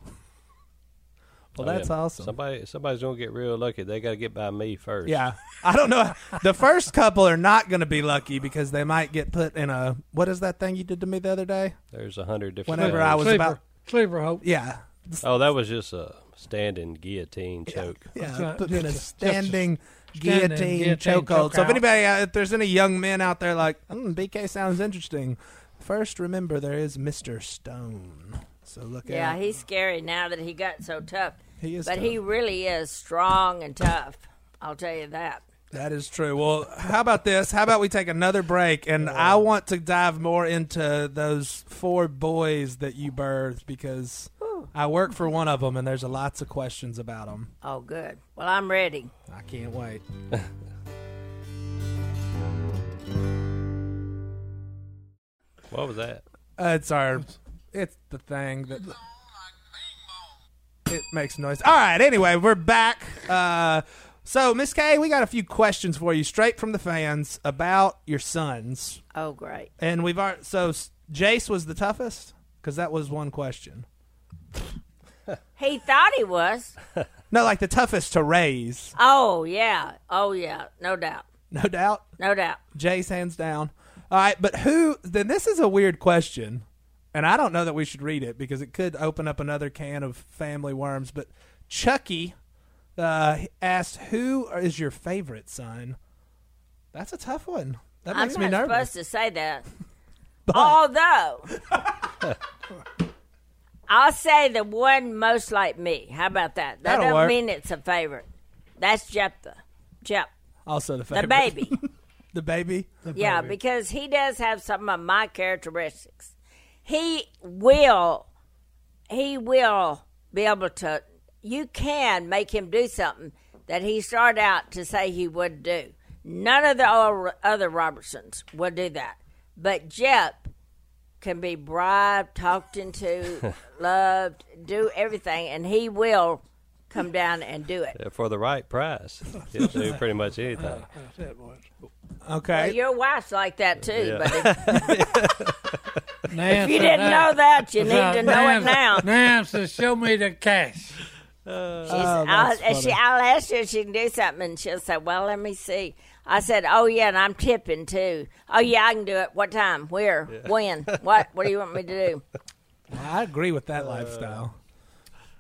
Speaker 1: Well,
Speaker 4: Oh,
Speaker 1: that's
Speaker 4: yeah.
Speaker 1: awesome.
Speaker 4: Somebody somebody's gonna get real lucky. They gotta get by me first.
Speaker 1: Yeah, I don't know. The first couple are not going to be lucky because they might get put in a what is that thing you did to me the other day?
Speaker 4: There's a hundred different
Speaker 1: Whenever
Speaker 4: things.
Speaker 1: I was
Speaker 2: Sleeper.
Speaker 1: about-
Speaker 2: Sleeper hope.
Speaker 1: Yeah,
Speaker 4: Oh, that was just a standing guillotine choke.
Speaker 1: yeah,
Speaker 2: right.
Speaker 1: put me in a
Speaker 2: Just-
Speaker 1: standing
Speaker 2: standing
Speaker 1: guillotine
Speaker 2: guillotine
Speaker 1: chokehold. So if
Speaker 2: chokeout.
Speaker 1: anybody, uh, if there's any young men out there like mm, BK sounds interesting, first remember there is Mister Stone. So look
Speaker 3: Yeah,
Speaker 1: out.
Speaker 3: he's scary now that he got so tough.
Speaker 1: He is
Speaker 3: But
Speaker 1: tough.
Speaker 3: he really is strong and tough. I'll tell you that.
Speaker 1: That is true. Well, how about this? How about we take another break? And I want to dive more into those four boys that you birthed because I work for one of them and there's lots of questions about them.
Speaker 3: Oh, good. Well, I'm ready.
Speaker 1: I can't wait.
Speaker 4: What was that?
Speaker 1: Uh, it's our, it's the thing that. It makes noise. All right. Anyway, we're back. Uh, so, Miss Kay, we got a few questions for you straight from the fans about your sons.
Speaker 3: Oh, great.
Speaker 1: And we've already, so s- Jace was the toughest because that was one question.
Speaker 3: He thought he was.
Speaker 1: No, like the toughest to raise,
Speaker 3: Oh, yeah. Oh, yeah. No doubt.
Speaker 1: no doubt.
Speaker 3: No doubt.
Speaker 1: Jay's hands down. All right, but who? Then this is a weird question, and I don't know that we should read it because it could open up another can of family worms. But Chucky uh, asked, "Who is your favorite son?" That's a tough one. That makes
Speaker 3: I'm
Speaker 1: me
Speaker 3: not
Speaker 1: nervous.
Speaker 3: supposed to say that. Although, I'll say the one most like me. How about that? That
Speaker 1: That'll
Speaker 3: don't
Speaker 1: work.
Speaker 3: mean it's a favorite. That's Jephthah. Jep,
Speaker 1: also, the
Speaker 3: the
Speaker 1: favorite,
Speaker 3: baby.
Speaker 1: the baby.
Speaker 3: yeah, because he does have some of my characteristics. He will, he will be able to. You can make him do something that he started out to say he would do. None of the o- other Robertsons would do that, but Jep can be bribed, talked into, loved, do everything, and he will come down and do it.
Speaker 4: Uh, For the right price, you'll do pretty much anything.
Speaker 2: That's it, boys.
Speaker 1: Okay,
Speaker 3: Your wife's like that too,
Speaker 4: Yeah.
Speaker 3: but if
Speaker 2: Nancy,
Speaker 3: you didn't know that, you need to know it
Speaker 2: Nancy,
Speaker 3: now.
Speaker 2: Nancy, show me the cash.
Speaker 3: She's, I'll, and she, I'll ask her if she can do something, and she'll say, "Well, let me see." I said, "Oh yeah, and I'm tipping too. Oh yeah, I can do it. What time? Where? When? What? What do you want me to do?"
Speaker 1: I agree with that lifestyle.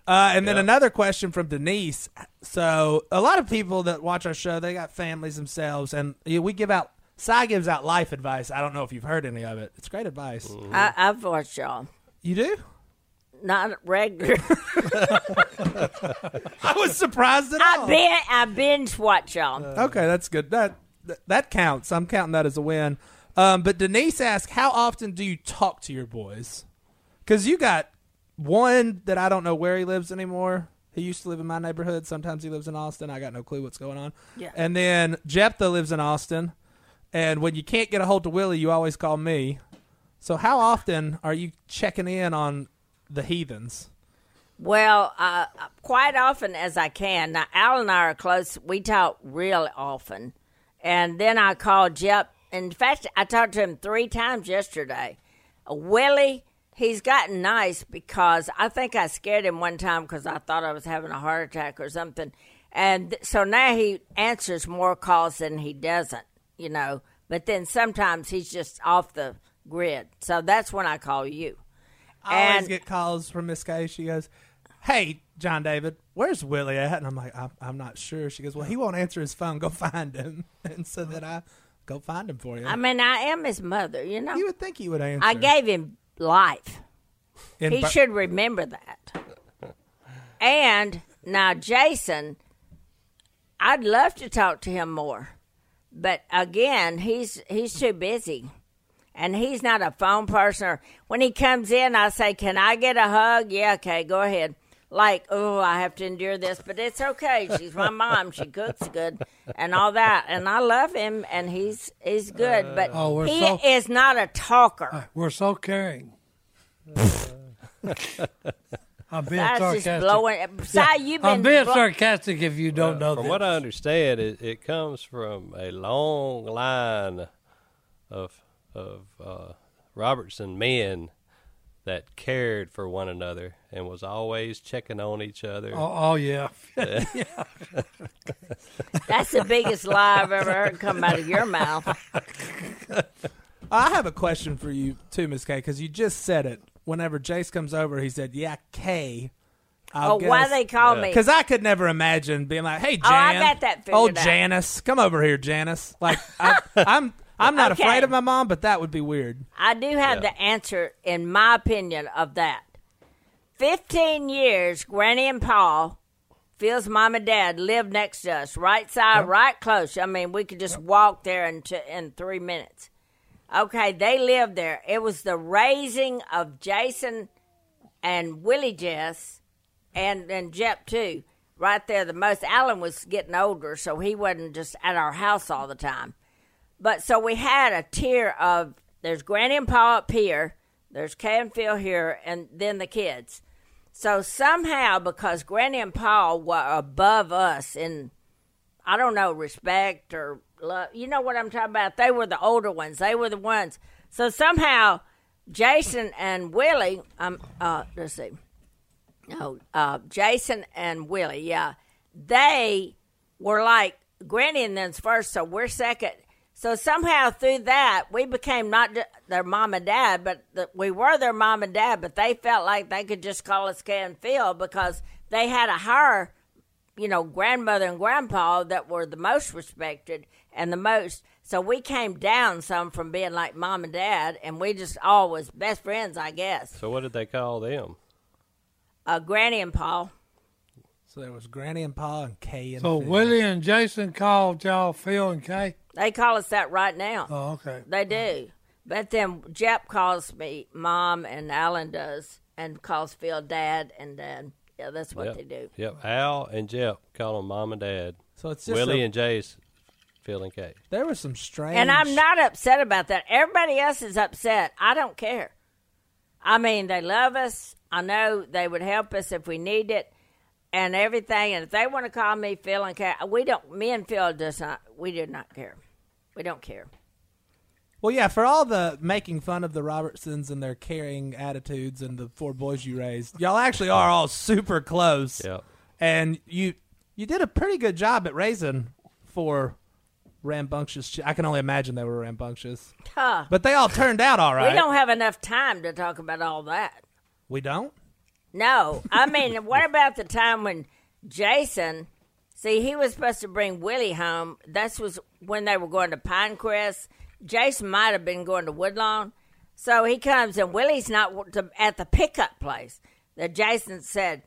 Speaker 1: Uh, and then another question from Denise. So a lot of people that watch our show, they got families themselves, and you know, we give out. Sai gives out life advice. I don't know if you've heard any of it. It's great advice.
Speaker 3: I, I've watched y'all,
Speaker 1: You do?
Speaker 3: not regular.
Speaker 1: I was surprised at all.
Speaker 3: I bin, I binge watch y'all.
Speaker 1: okay, that's good. That that- that counts. I'm counting that as a win. Um, but Denise asked, "How often do you talk to your boys?" Because you got one that I don't know where he lives anymore. He used to live in my neighborhood. Sometimes he lives in Austin. I got no clue what's going on.
Speaker 3: Yeah.
Speaker 1: And then Jephthah lives in Austin. And when you can't get a hold of Willie, you always call me. So how often are you checking in on the heathens?
Speaker 3: Well, uh, quite often as I can. Now, Al and I are close. We talk real often. And then I called Jep. In fact, I talked to him three times yesterday. Willie, he's gotten nice because I think I scared him one time because I thought I was having a heart attack or something. And th- so now he answers more calls than he doesn't, you know. But then sometimes he's just off the grid. So that's when I call you.
Speaker 1: I always
Speaker 3: And-
Speaker 1: get calls from Miss Kay. She goes, "Hey, John David, where's Willie at?" And I'm like, "I'm, I'm not sure." She goes, "Well, he won't answer his phone. Go find him." And so then I go find him for you.
Speaker 3: I mean, I am his mother, you know.
Speaker 1: you would think he would answer.
Speaker 3: I gave him life.
Speaker 1: In
Speaker 3: He
Speaker 1: Bur-
Speaker 3: should remember that. And now, Jason, I'd love to talk to him more, but again, he's he's too busy, and he's not a phone person. Or when he comes in, I say, "Can I get a hug?" Yeah, okay, go ahead. Like, oh, I have to endure this, but it's okay. She's my mom. She cooks good and all that, and I love him, and he's he's good. But
Speaker 2: Oh, we're
Speaker 3: he
Speaker 2: so-
Speaker 3: is not a talker.
Speaker 2: We're so caring. I'm being
Speaker 3: That's just
Speaker 2: sarcastic.
Speaker 3: blowing. Besides, you've been
Speaker 2: I'm being
Speaker 3: blow-
Speaker 2: sarcastic if you don't know
Speaker 4: From
Speaker 2: this.
Speaker 4: what I understand, it, it comes from a long line of of uh, Robertson men that cared for one another and was always checking on each other.
Speaker 2: oh, oh, yeah.
Speaker 3: That's the biggest lie I've ever heard come out of your mouth.
Speaker 1: I have a question for you too, Miss Kay, because you just said it. Whenever Jace comes over, he said, "Yeah, Kay." I'll
Speaker 3: Oh, why
Speaker 1: guess-
Speaker 3: they call me?
Speaker 1: Because I could never imagine being like, "Hey, Jan,
Speaker 3: Oh, I got that figured
Speaker 1: old
Speaker 3: out.
Speaker 1: Janice, come over here, Janice." Like, I, I'm, I'm not
Speaker 3: Okay.
Speaker 1: afraid of my mom, but that would be weird.
Speaker 3: I do have the answer, in my opinion, of that. Fifteen years, Granny and Paul, Phil's mom and dad, lived next to us, right side, right close. I mean, we could just walk there in t- in three minutes. Okay, they lived there. It was the raising of Jason and Willie Jess and and Jep too. Right there, the most. Alan was getting older, so he wasn't just at our house all the time. But so we had a tier of there's Granny and Pa up here, there's Kay and Phil here, and then the kids. So somehow, because Granny and Pa were above us in, I don't know, respect or love, you know what I'm talking about? They were the older ones. They were the ones. So somehow, Jason and Willie, um, uh, let's see, no, uh, Jason and Willie, yeah, they were like Granny and then's first, so we're second. So somehow through that, we became not ju- their mom and dad, but the, we were their mom and dad. But they felt like they could just call us Kay and Phil because they had a higher, you know, grandmother and grandpa that were the most respected and the most. So we came down some from being like mom and dad, and we just all was best friends, I guess.
Speaker 4: so what did they call them?
Speaker 3: Uh, Granny and Paul.
Speaker 1: So there was Granny and Pa and Kay and
Speaker 2: So
Speaker 1: Phil.
Speaker 2: Willie and Jason called y'all Phil and Kay.
Speaker 3: They call us that right now.
Speaker 2: Oh, okay.
Speaker 3: They do. But then Jep calls me mom, and Alan does, and calls Phil dad, and dad. Yeah, that's what
Speaker 4: Yep.
Speaker 3: they do.
Speaker 4: Yep. Al and Jeff call them mom and dad.
Speaker 1: So it's just
Speaker 4: Willie
Speaker 1: a-
Speaker 4: and Jace, Phil and Kate.
Speaker 1: there was some strange.
Speaker 3: And I'm not upset about that. Everybody else is upset. I don't care. I mean, they love us. I know they would help us if we need it and everything. And if they want to call me Phil and Kate, we don't, me and Phil does not, we do not care. We don't care.
Speaker 1: Well, yeah, for all the making fun of the Robertsons and their caring attitudes and the four boys you raised, y'all actually are all super close.
Speaker 4: Yep.
Speaker 1: And you you did a pretty good job at raising four rambunctious. Ch- I can only imagine they were rambunctious,
Speaker 3: Huh.
Speaker 1: but they all turned out all right.
Speaker 3: We don't have enough time to talk about all that.
Speaker 1: We don't?
Speaker 3: No, I mean, what about the time when Jason? See, he was supposed to bring Willie home. That was when they were going to Pinecrest. Jason might have been going to Woodlawn, so he comes and Willie's not w- to- at the pickup place. That Jason said.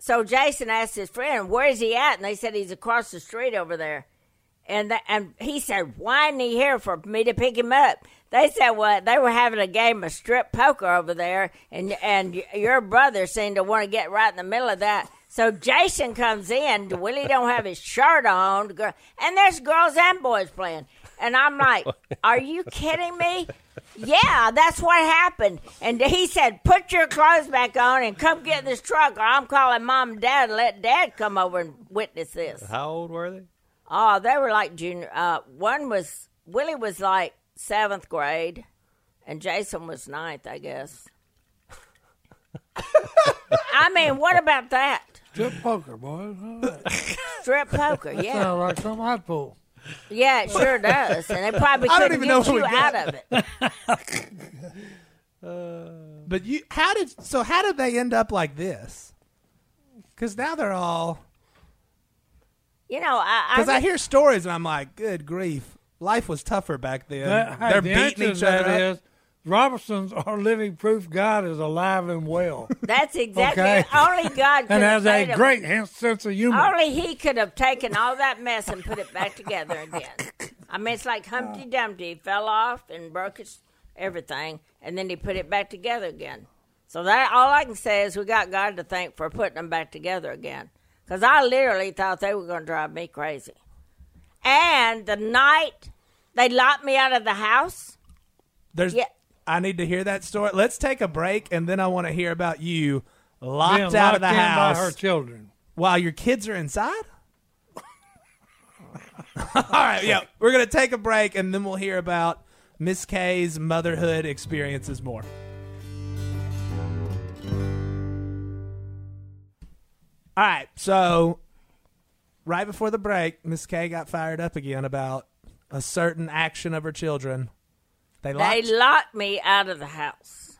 Speaker 3: So Jason asked his friend, "Where is he at?" And they said he's across the street over there. And the, and he said, "Why isn't he here for me to pick him up?" They said, "Well, they were having a game of strip poker over there, and and your brother seemed to want to get right in the middle of that." So Jason comes in. Willie don't have his shirt on, gir- and there's girls and boys playing. And I'm like, "Are you kidding me?" Yeah, that's what happened. And he said, "Put your clothes back on and come get in this truck, or I'm calling mom and dad. And let dad come over and witness this."
Speaker 4: How old were they?
Speaker 3: Oh, they were like junior. Uh, one was Willie was like seventh grade, and Jason was ninth, I guess. I mean, what about that
Speaker 2: Strip poker, boys. All right.
Speaker 3: strip poker? Yeah,
Speaker 2: Sound like something I'd pull.
Speaker 3: Yeah, it sure does, and it probably
Speaker 1: I don't
Speaker 3: couldn't
Speaker 1: even know
Speaker 3: get
Speaker 1: who
Speaker 3: you
Speaker 1: it
Speaker 3: out of it.
Speaker 1: But you, how did so? How did they end up like this? Because now they're all.
Speaker 3: You know, I,
Speaker 1: Because
Speaker 3: I,
Speaker 1: I hear stories and I'm like, good grief, life was tougher back then.
Speaker 2: That- hey,
Speaker 1: they're
Speaker 2: the
Speaker 1: beating
Speaker 2: answer
Speaker 1: each
Speaker 2: to that
Speaker 1: other. up.
Speaker 2: is, Robertson's are living proof God is alive and well
Speaker 3: that's exactly
Speaker 2: Okay.
Speaker 3: only God could
Speaker 2: and has
Speaker 3: have made
Speaker 2: a
Speaker 3: it-
Speaker 2: great hen- sense of humor.
Speaker 3: Only he could have taken all that mess and put it back together again. I mean, it's like Humpty Dumpty He fell off and broke his everything, and then he put it back together again. So that all I can say is we got God to thank for putting them back together again. Because I literally thought they were going to drive me crazy. And the night they locked me out of the house,
Speaker 1: There's,
Speaker 3: Yeah.
Speaker 1: I need to hear that story. Let's take a break and then I want to hear about you locked
Speaker 2: being
Speaker 1: out
Speaker 2: locked
Speaker 1: of the
Speaker 2: in
Speaker 1: house
Speaker 2: by her children.
Speaker 1: while your kids are inside. all right, yeah, we're gonna take a break and then we'll hear about Miss K's motherhood experiences more. All right, so right before the break, Miss K got fired up again about a certain action of her children. They
Speaker 3: they
Speaker 1: locked
Speaker 3: locked me out of the house.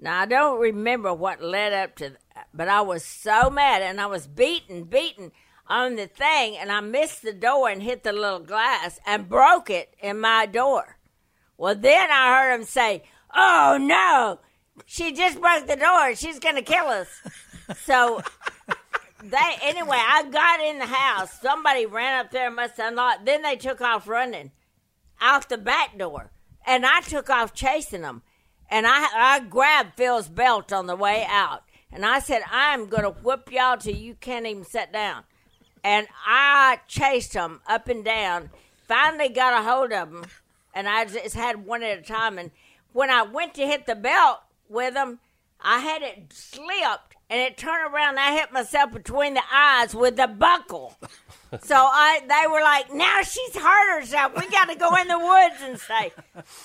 Speaker 3: Now I don't remember what led up to that, but I was so mad and I was beaten, beaten on the thing, and I missed the door and hit the little glass and broke it in my door. Well, then I heard him say, "Oh no, she just broke the door. She's gonna kill us." So they anyway, I got in the house. Somebody ran up there and must unlock. Then they took off running out the back door, and I took off chasing them. And I I grabbed Phil's belt on the way out, and I said, "I'm gonna whip y'all till you can't even sit down." And I chased them up and down. Finally, got a hold of them, and I just had one at a time. And when I went to hit the belt with them, I had it slipped, and it turned around. And I hit myself between the eyes with the buckle. So I, they were like, "Now she's hurt herself. We got to go in the woods and stay."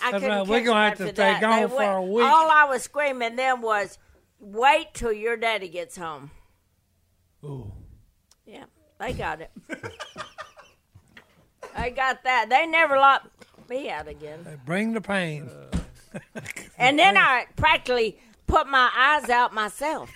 Speaker 3: I couldn't.
Speaker 2: right. We're gonna
Speaker 3: catch them
Speaker 2: have to
Speaker 3: after
Speaker 2: stay
Speaker 3: that. They
Speaker 2: gone for
Speaker 3: went-
Speaker 2: a week.
Speaker 3: All I was screaming then was, "Wait till your daddy gets home." Ooh. Yeah, they got it. they got that. They never locked me out again.
Speaker 2: Bring the pain.
Speaker 3: And then I practically put my eyes out myself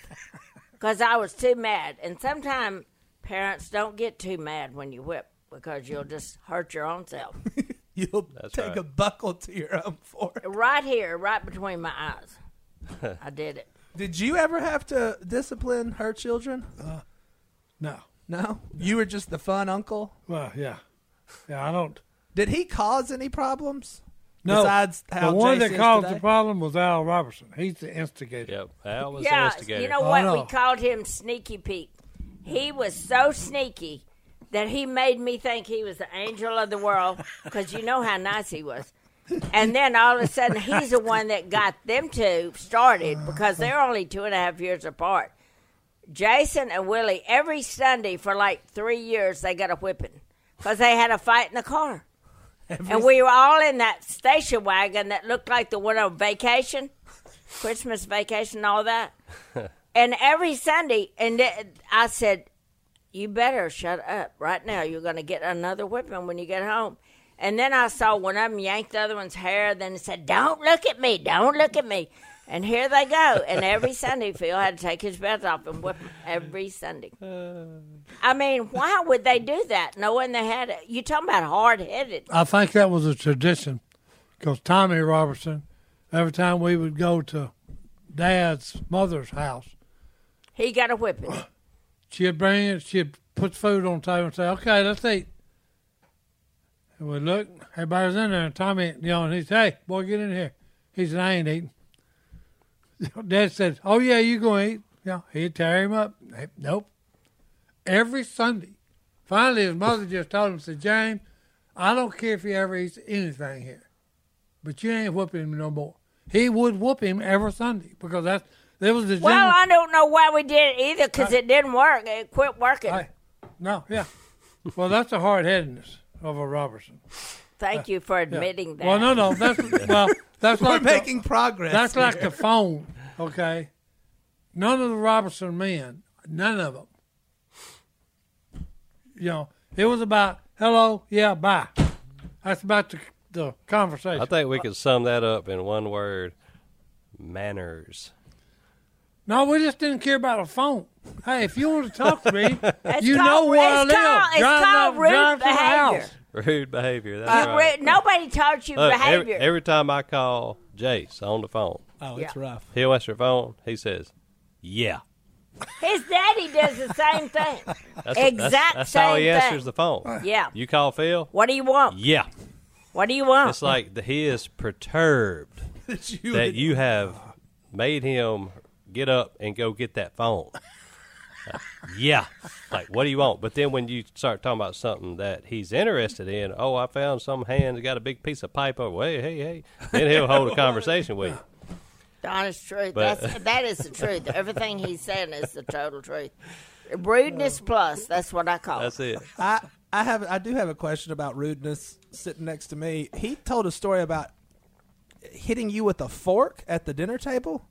Speaker 3: because I was too mad. And sometimes parents don't get too mad when you whip because you'll just hurt your own self.
Speaker 1: you'll
Speaker 4: That's
Speaker 1: take
Speaker 4: right.
Speaker 1: a buckle to your own forehead.
Speaker 3: right here, right between my eyes. I did it.
Speaker 1: Did you ever have to discipline her children?
Speaker 2: No.
Speaker 1: No, you were just the fun uncle.
Speaker 2: Well, yeah. Yeah, I don't.
Speaker 1: Did he cause any problems?
Speaker 2: No.
Speaker 1: Besides how
Speaker 2: the one
Speaker 1: Jace
Speaker 2: that
Speaker 1: is
Speaker 2: caused
Speaker 1: today?
Speaker 2: the problem was Al Robertson. He's the instigator.
Speaker 4: Yep. Al was the
Speaker 3: yeah,
Speaker 4: instigator.
Speaker 3: you know
Speaker 2: Oh,
Speaker 3: what?
Speaker 2: no.
Speaker 3: We called him Sneaky Pete. He was so sneaky that he made me think he was the angel of the world because you know how nice he was. And then all of a sudden, he's the one that got them two started because they're only two and a half years apart. Jason and Willie, every Sunday for like three years, they got a whipping because they had a fight in the car. and we were all in that station wagon that looked like the one on vacation, Christmas vacation, and all that. and every Sunday, and th- I said, "You better shut up right now. You're going to get another whipping when you get home." And then I saw one of them yank the other one's hair. Then it said, "Don't look at me. Don't look at me." And here they go. And every Sunday, Phil had to take his belt off and whip 'em every Sunday.
Speaker 2: Uh.
Speaker 3: I mean, why would they do that, knowing they had it? You talking about hard headed?
Speaker 2: I think that was a tradition because Tommy Robertson, every time we would go to Dad's mother's house,
Speaker 3: He got a whipping.
Speaker 2: she'd bring it, she'd put food on the table and say, okay, let's eat. And we look, everybody's in there, and Tommy, you know, and he said, hey, boy, get in here. He said, I ain't eating. Dad said, oh, yeah, you going to eat. Yeah, he'd tear him up. Hey, nope. Every Sunday. Finally, his mother just told him, said, James, I don't care if he ever eats anything here, but you ain't whooping him no more. He would whoop him every Sunday because that's, there was the
Speaker 3: Well,
Speaker 2: general-
Speaker 3: I don't know why we did it either because it didn't work. It quit working.
Speaker 2: Right. No, yeah. Well, that's the hard headedness of a Robertson.
Speaker 3: Thank you for admitting that.
Speaker 2: uh, Well, no, no. That's well, that's
Speaker 1: We're
Speaker 2: like
Speaker 1: making
Speaker 2: the,
Speaker 1: progress.
Speaker 2: that's like the phone. Okay, none of the Robertson men, none of them. You know, it was about hello, yeah, bye. That's about the, the
Speaker 4: I
Speaker 2: conversation.
Speaker 4: think we could sum that up in one word: manners.
Speaker 2: no, we just didn't care about a phone. Hey, if you want to talk to me, you know
Speaker 3: called-
Speaker 2: where I
Speaker 3: it's
Speaker 2: live.
Speaker 3: called- it's
Speaker 2: drive
Speaker 3: called
Speaker 2: up,
Speaker 3: rude
Speaker 2: drive to the
Speaker 3: behavior.
Speaker 2: house.
Speaker 4: Rude behavior. That's
Speaker 3: You
Speaker 4: right.
Speaker 3: re- nobody taught you
Speaker 4: Look,
Speaker 3: behavior.
Speaker 4: every, every time I call Jace on the phone,
Speaker 1: Oh, it's
Speaker 3: Yeah.
Speaker 1: rough.
Speaker 4: he'll answer the phone. He says, "Yeah."
Speaker 3: His daddy does the same thing.
Speaker 4: That's
Speaker 3: Exact
Speaker 4: that's, that's how he
Speaker 3: same
Speaker 4: answers
Speaker 3: thing.
Speaker 4: the phone.
Speaker 3: Yeah.
Speaker 4: You call Phil?
Speaker 3: What do you want?
Speaker 4: Yeah.
Speaker 3: What do you want?
Speaker 4: It's like the, he is perturbed
Speaker 1: That you,
Speaker 4: that you have made him get up and go get that phone. Uh, yeah. Like, what do you want? But then when you start talking about something that he's interested in, oh, I found some hand that got a big piece of pipe over. Hey, hey, hey. Then he'll hold a conversation with you.
Speaker 3: The honest truth.
Speaker 4: But-
Speaker 3: That's, that is the truth. Everything he's saying is the total truth. Rudeness plus. That's what I call
Speaker 4: Uh, That's
Speaker 3: it.
Speaker 4: it.
Speaker 1: I, I have I do have a question about rudeness sitting next to me. He told a story about hitting you with a fork at the dinner table.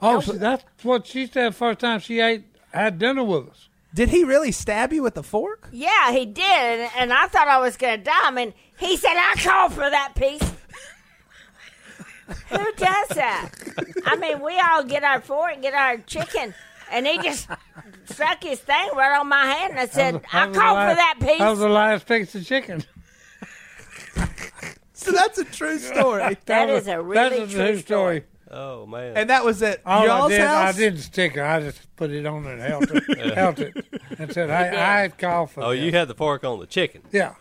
Speaker 2: Oh, so that's what she said first time she ate had dinner with us.
Speaker 1: Did he really stab you with a fork?
Speaker 3: Yeah, he did, and, and I thought I was going to die. I mean, he said, "I called for that piece." Who does that? I mean, we all get our fork, get our chicken, and he just stuck his thing right on my hand. And I said, "I
Speaker 2: That was
Speaker 3: called for
Speaker 2: the last-
Speaker 3: that piece."
Speaker 2: That was the last piece of chicken.
Speaker 1: So that's a true story.
Speaker 3: That
Speaker 2: was-
Speaker 3: is a really
Speaker 2: that's
Speaker 3: true
Speaker 2: true
Speaker 3: story.
Speaker 2: story.
Speaker 4: Oh, man.
Speaker 1: And that was at
Speaker 2: All I
Speaker 1: y'all's
Speaker 2: did,
Speaker 1: house.
Speaker 2: I didn't stick it. I just put it on and held it, held it, and said, "I, I had called for."
Speaker 4: oh,
Speaker 2: this."
Speaker 4: you had the fork on the chicken.
Speaker 2: Yeah.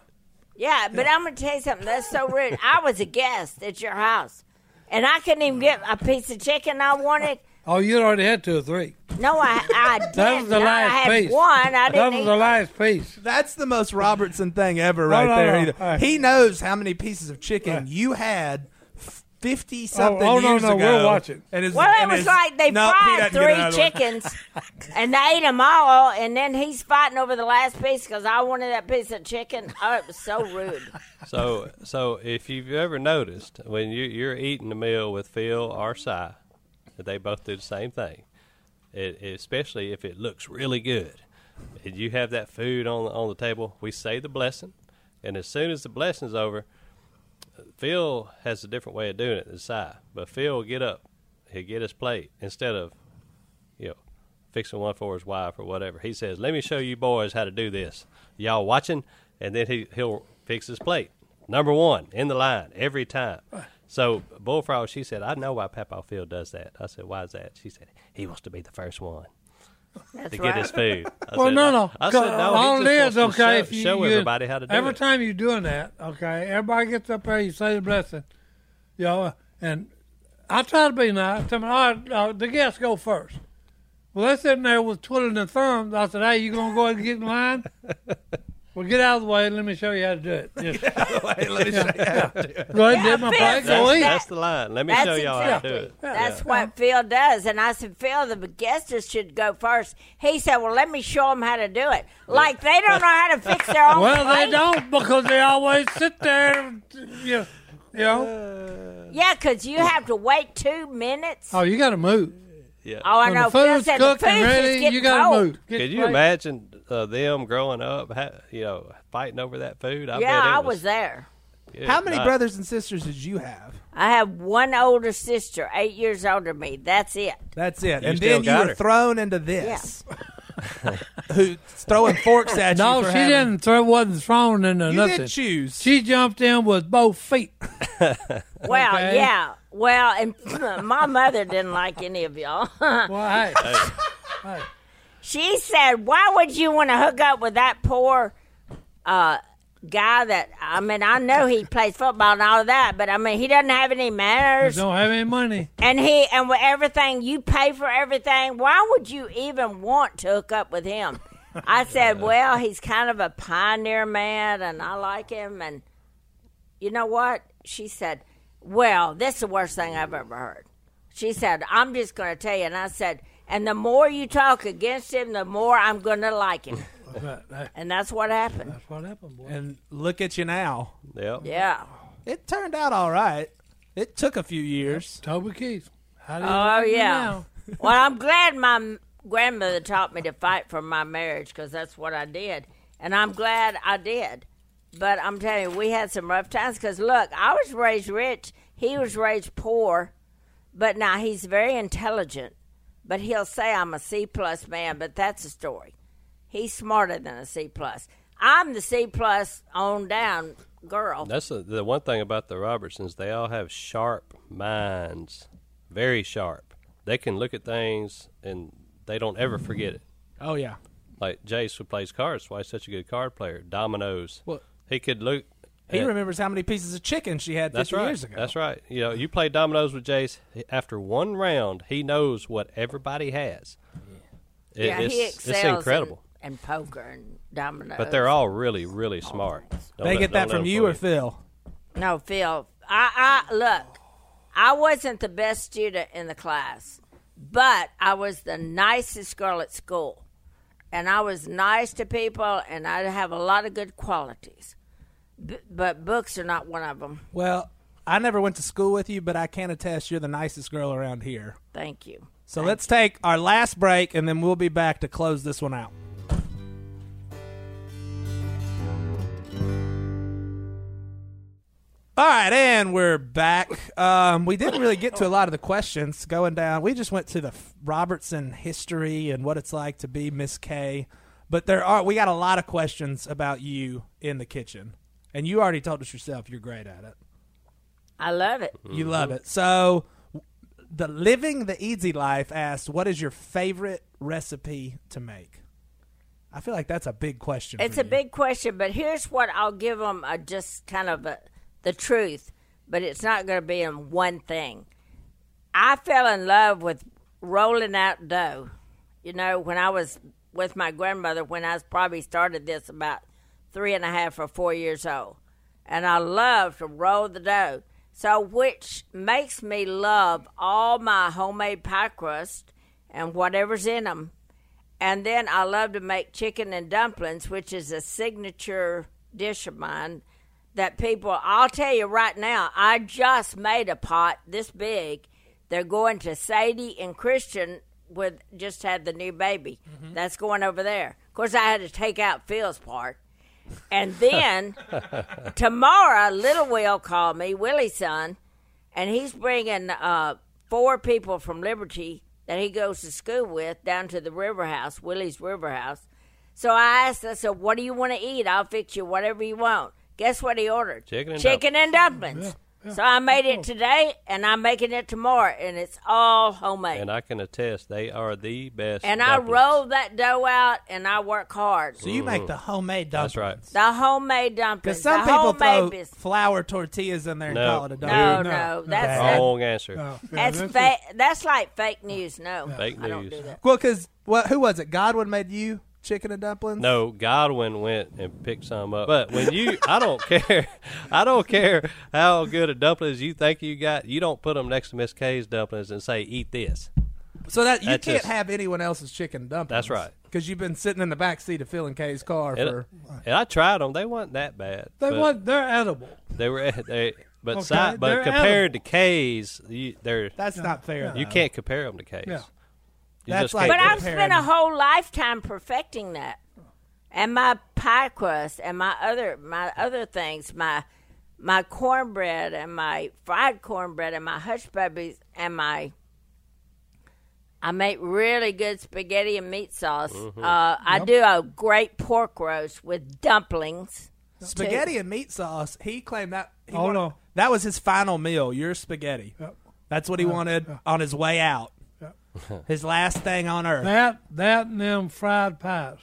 Speaker 3: Yeah, but I'm gonna tell you something. That's so rude. I was a guest at your house, and I couldn't even get a piece of chicken I wanted.
Speaker 2: Oh, you already had two or three.
Speaker 3: No, I, I did.
Speaker 2: That was the
Speaker 3: not. I
Speaker 2: last
Speaker 3: had
Speaker 2: piece.
Speaker 3: one. I
Speaker 2: That
Speaker 3: didn't.
Speaker 2: was
Speaker 3: Eat.
Speaker 2: the last piece.
Speaker 1: That's the most Robertson thing ever, right
Speaker 2: no,
Speaker 1: there.
Speaker 2: no.
Speaker 1: Either.
Speaker 2: Hey.
Speaker 1: He knows how many pieces of chicken you had. Fifty something
Speaker 2: oh, no,
Speaker 1: years ago.
Speaker 2: no, we'll watch it.
Speaker 1: And it's,
Speaker 3: well, it
Speaker 1: and
Speaker 3: was
Speaker 1: it's-
Speaker 3: like they
Speaker 1: no, he doesn't
Speaker 3: fried
Speaker 1: get
Speaker 3: three
Speaker 1: another one.
Speaker 3: chickens, and they ate them all. And then he's fighting over the last piece because I wanted that piece of chicken. Oh, it was so rude.
Speaker 4: So, so if you've ever noticed when you, you're eating a meal with Phil or Si, that they both do the same thing. It, especially if it looks really good, and you have that food on on the table, we say the blessing, and as soon as the blessing's over, Phil has a different way of doing it than Si. But Phil will get up, he'll get his plate instead of, you know, fixing one for his wife or whatever. He says, "Let me show you boys how to do this. Y'all watching?" And then he he'll fix his plate. Number one in the line every time. So Bullfrog, she said, "I know why Papa Phil does that." I said, "Why is that?" She said, "He wants to be the first one."
Speaker 3: That's
Speaker 4: to
Speaker 3: right.
Speaker 4: get his food. I
Speaker 2: Well,
Speaker 4: said,
Speaker 2: no,
Speaker 4: "I-
Speaker 2: no.
Speaker 4: I said, no,
Speaker 2: all
Speaker 4: he just
Speaker 2: is
Speaker 4: wants to
Speaker 2: okay.
Speaker 4: show,
Speaker 2: if you,
Speaker 4: show
Speaker 2: you-
Speaker 4: everybody how to do
Speaker 2: every
Speaker 4: it.
Speaker 2: time you're doing that, okay, everybody gets up there, you say the blessing, you know, and I try to be nice. Tell me, all right, uh, the guests go first. Well, they're sitting there with twiddling their thumbs. I said, hey, you going to go ahead and get in line? well, get out of the way and let me show you how to do it. Just,
Speaker 1: Let me show you.
Speaker 2: go ahead and get my
Speaker 3: Yeah,
Speaker 2: plate,
Speaker 4: That's,
Speaker 2: go eat.
Speaker 4: that's the line. Let me
Speaker 3: That's
Speaker 4: show y'all
Speaker 3: exactly.
Speaker 4: how to do it.
Speaker 3: That's what Phil does. And I said, Phil, the guesters should go first. He said, Well, let me show them how to do it. Like they don't know how to fix their own.
Speaker 2: Well,
Speaker 3: plate.
Speaker 2: they don't because they always sit there, you know. You know?
Speaker 3: Yeah, 'cause you have to wait two minutes.
Speaker 2: Oh, you got to move.
Speaker 4: Yeah.
Speaker 3: Oh, I
Speaker 2: When
Speaker 3: know.
Speaker 2: the
Speaker 3: Phil
Speaker 2: food's
Speaker 3: said the
Speaker 2: cooked
Speaker 3: food's
Speaker 2: and
Speaker 3: just
Speaker 2: ready,
Speaker 3: getting
Speaker 2: you got to
Speaker 3: cold.
Speaker 2: move. Get your
Speaker 4: Could you
Speaker 2: plate.
Speaker 4: imagine uh, them growing up, ha- you know, fighting over that food? I
Speaker 3: yeah,
Speaker 4: bet it
Speaker 3: I
Speaker 4: was,
Speaker 3: was there.
Speaker 4: good
Speaker 1: How many
Speaker 4: night.
Speaker 1: brothers and sisters did you have?
Speaker 3: I have one older sister, eight years older than me. That's it.
Speaker 1: That's it. and then
Speaker 4: still
Speaker 1: you
Speaker 4: got
Speaker 1: were
Speaker 4: her.
Speaker 1: thrown into this. Who's throwing forks at you?
Speaker 2: No,
Speaker 1: for
Speaker 2: she
Speaker 1: having-
Speaker 2: didn't throw. Wasn't thrown into
Speaker 1: You
Speaker 2: nothing.
Speaker 1: did choose.
Speaker 2: She jumped in with both feet.
Speaker 3: Well,
Speaker 2: Okay.
Speaker 3: yeah. Well, and my mother didn't like any of y'all.
Speaker 2: Well, hey,
Speaker 3: she said, "Why would you want to hook up with that poor uh, guy? That I mean, I know he plays football and all that, but I mean, he doesn't have any manners,
Speaker 2: don't have any money.
Speaker 3: and he and with everything you pay for everything. Why would you even want to hook up with him?" I said, "Well, he's kind of a pioneer man, and I like him." And you know what she said? Well, this is the worst thing I've ever heard. She said, I'm just going to tell you. And I said, and the more you talk against him, the more I'm going to like him.
Speaker 2: But that-
Speaker 3: And that's what happened.
Speaker 2: that's what happened, boy.
Speaker 1: And look at you now.
Speaker 4: Yep.
Speaker 3: Yeah.
Speaker 1: It turned out all right. It took a few years.
Speaker 2: Toby Keith. How do you
Speaker 3: Oh,
Speaker 2: like me
Speaker 3: yeah.
Speaker 2: now?
Speaker 3: Well, I'm glad my m- grandmother taught me to fight for my marriage because that's what I did. And I'm glad I did. But I'm telling you, we had some rough times because look, I was raised rich. He was raised poor, but now he's very intelligent. But he'll say I'm a C plus man, but that's a story. He's smarter than a C plus. I'm the C plus on down girl.
Speaker 4: That's the, the one thing about the Robertsons. They all have sharp minds, very sharp. They can look at things and they don't ever forget it.
Speaker 1: Oh yeah.
Speaker 4: Like Jace, who plays cards, why he's such a good card player. Dominoes.
Speaker 1: Well-
Speaker 4: he could look.
Speaker 1: He
Speaker 4: at-
Speaker 1: remembers how many pieces of chicken she had 50
Speaker 4: That's right.
Speaker 1: years ago.
Speaker 4: That's right. You know, you play dominoes with Jace. he- After one round, he knows what everybody has. It-
Speaker 3: yeah,
Speaker 4: it's,
Speaker 3: he excels.
Speaker 4: It's
Speaker 3: in-
Speaker 4: incredible.
Speaker 3: In, poker and dominoes.
Speaker 4: But they're all really, really smart. Don't
Speaker 1: They
Speaker 4: let-
Speaker 1: get that
Speaker 4: don't let
Speaker 1: from
Speaker 4: them
Speaker 1: you
Speaker 4: fool
Speaker 1: or Phil?
Speaker 3: No, Phil. I, I look. I wasn't the best student in the class, but I was the nicest girl at school, and I was nice to people, and I have a lot of good qualities. B- but books are not one of them.
Speaker 1: Well, I never went to school with you, but I can attest you're the nicest girl around here.
Speaker 3: Thank you.
Speaker 1: So let's take our last break and then we'll be back to close this one out. All right, and we're back. Um, we didn't really get to a lot of the questions going down. We just went to the F- Robertson history and what it's like to be Miss K. But there are we got a lot of questions about you in the kitchen, and you already told us yourself you're great at it.
Speaker 3: I love it.
Speaker 4: Mm-hmm.
Speaker 1: You love it. So, w- the living the easy life asked, "What is your favorite recipe to make?" I feel like that's a big question.
Speaker 3: It's
Speaker 1: for
Speaker 3: a
Speaker 1: you.
Speaker 3: big question, but here's what I'll give them a, just kind of a, the truth, but it's not going to be in one thing. I fell in love with rolling out dough. You know, when I was with my grandmother, when I was probably started this about three and a half or four years old. And I love to roll the dough. So, which makes me love all my homemade pie crust and whatever's in them. And then I love to make chicken and dumplings, which is a signature dish of mine that people, I'll tell you right now, I just made a pot this big. They're going to Sadie and Christian with just had the new baby. That's going over there. Of course, I had to take out Phil's part. And then tomorrow, Little Will called me, Willie's son, and he's bringing uh, four people from Liberty that he goes to school with down to the River House, Willie's River House. So I asked, I said, "What do you want to eat? I'll fix you whatever you want." Guess what he ordered?
Speaker 4: Chicken and
Speaker 3: and dumplings. So I made
Speaker 1: Oh.
Speaker 3: it today, and I'm making it tomorrow, and it's all homemade.
Speaker 4: And I can attest, they are the best.
Speaker 3: And I
Speaker 4: dumplings.
Speaker 3: roll that dough out, and I work hard.
Speaker 1: So you make the homemade dumplings.
Speaker 4: Mm-hmm. That's
Speaker 3: The
Speaker 4: right.
Speaker 3: homemade
Speaker 1: Because
Speaker 3: dumplings.
Speaker 1: some
Speaker 3: the
Speaker 1: people throw
Speaker 3: homemade business.
Speaker 1: flour tortillas in there and
Speaker 4: No.
Speaker 1: call it a dough.
Speaker 3: No,
Speaker 2: No,
Speaker 3: no,
Speaker 2: no.
Speaker 3: that's
Speaker 1: Okay.
Speaker 3: that-
Speaker 4: Wrong answer.
Speaker 2: Oh, yeah,
Speaker 3: that's
Speaker 2: this is-
Speaker 3: fa- that's like fake news. No,
Speaker 4: Fake
Speaker 3: I don't
Speaker 4: news.
Speaker 3: do that.
Speaker 1: Well, because what? Who was it? Godwin made you chicken and dumplings.
Speaker 4: No, Godwin went and picked some up. But when you, I don't care, I don't care how good a dumplings you think you got. You don't put them next to Miss K's dumplings and say, "Eat this."
Speaker 1: So that you
Speaker 4: That's
Speaker 1: can't
Speaker 4: just-
Speaker 1: have anyone else's chicken and dumplings.
Speaker 4: That's right.
Speaker 1: Because you've been sitting in the back seat of Phil and Kay's car
Speaker 4: And,
Speaker 1: for.
Speaker 4: and I tried them; they weren't that bad.
Speaker 2: They
Speaker 4: but
Speaker 2: want, they're edible.
Speaker 4: They were. They, but
Speaker 2: Okay,
Speaker 4: si- but
Speaker 2: they're
Speaker 4: compared to K's, you, they're
Speaker 1: That's not fair.
Speaker 4: you
Speaker 1: though.
Speaker 4: can't compare them to K's.
Speaker 2: uh, Yeah.
Speaker 4: You
Speaker 1: That's
Speaker 4: just
Speaker 1: like-
Speaker 4: can't
Speaker 3: But
Speaker 4: do
Speaker 1: I-
Speaker 4: it.
Speaker 3: I've spent a whole lifetime perfecting that, and my pie crust, and my other my other things, my my cornbread, and my fried cornbread, and my hush puppies, and my I make really good spaghetti and meat sauce.
Speaker 4: Mm-hmm.
Speaker 3: Uh, I do a great pork roast with dumplings.
Speaker 1: Spaghetti and meat sauce. He claimed that. He
Speaker 2: Oh,
Speaker 1: wanted-
Speaker 2: no.
Speaker 1: That was his final meal. Your spaghetti.
Speaker 2: Yep.
Speaker 1: That's what he wanted on his way out. His last thing on earth.
Speaker 2: That, that and them fried pies.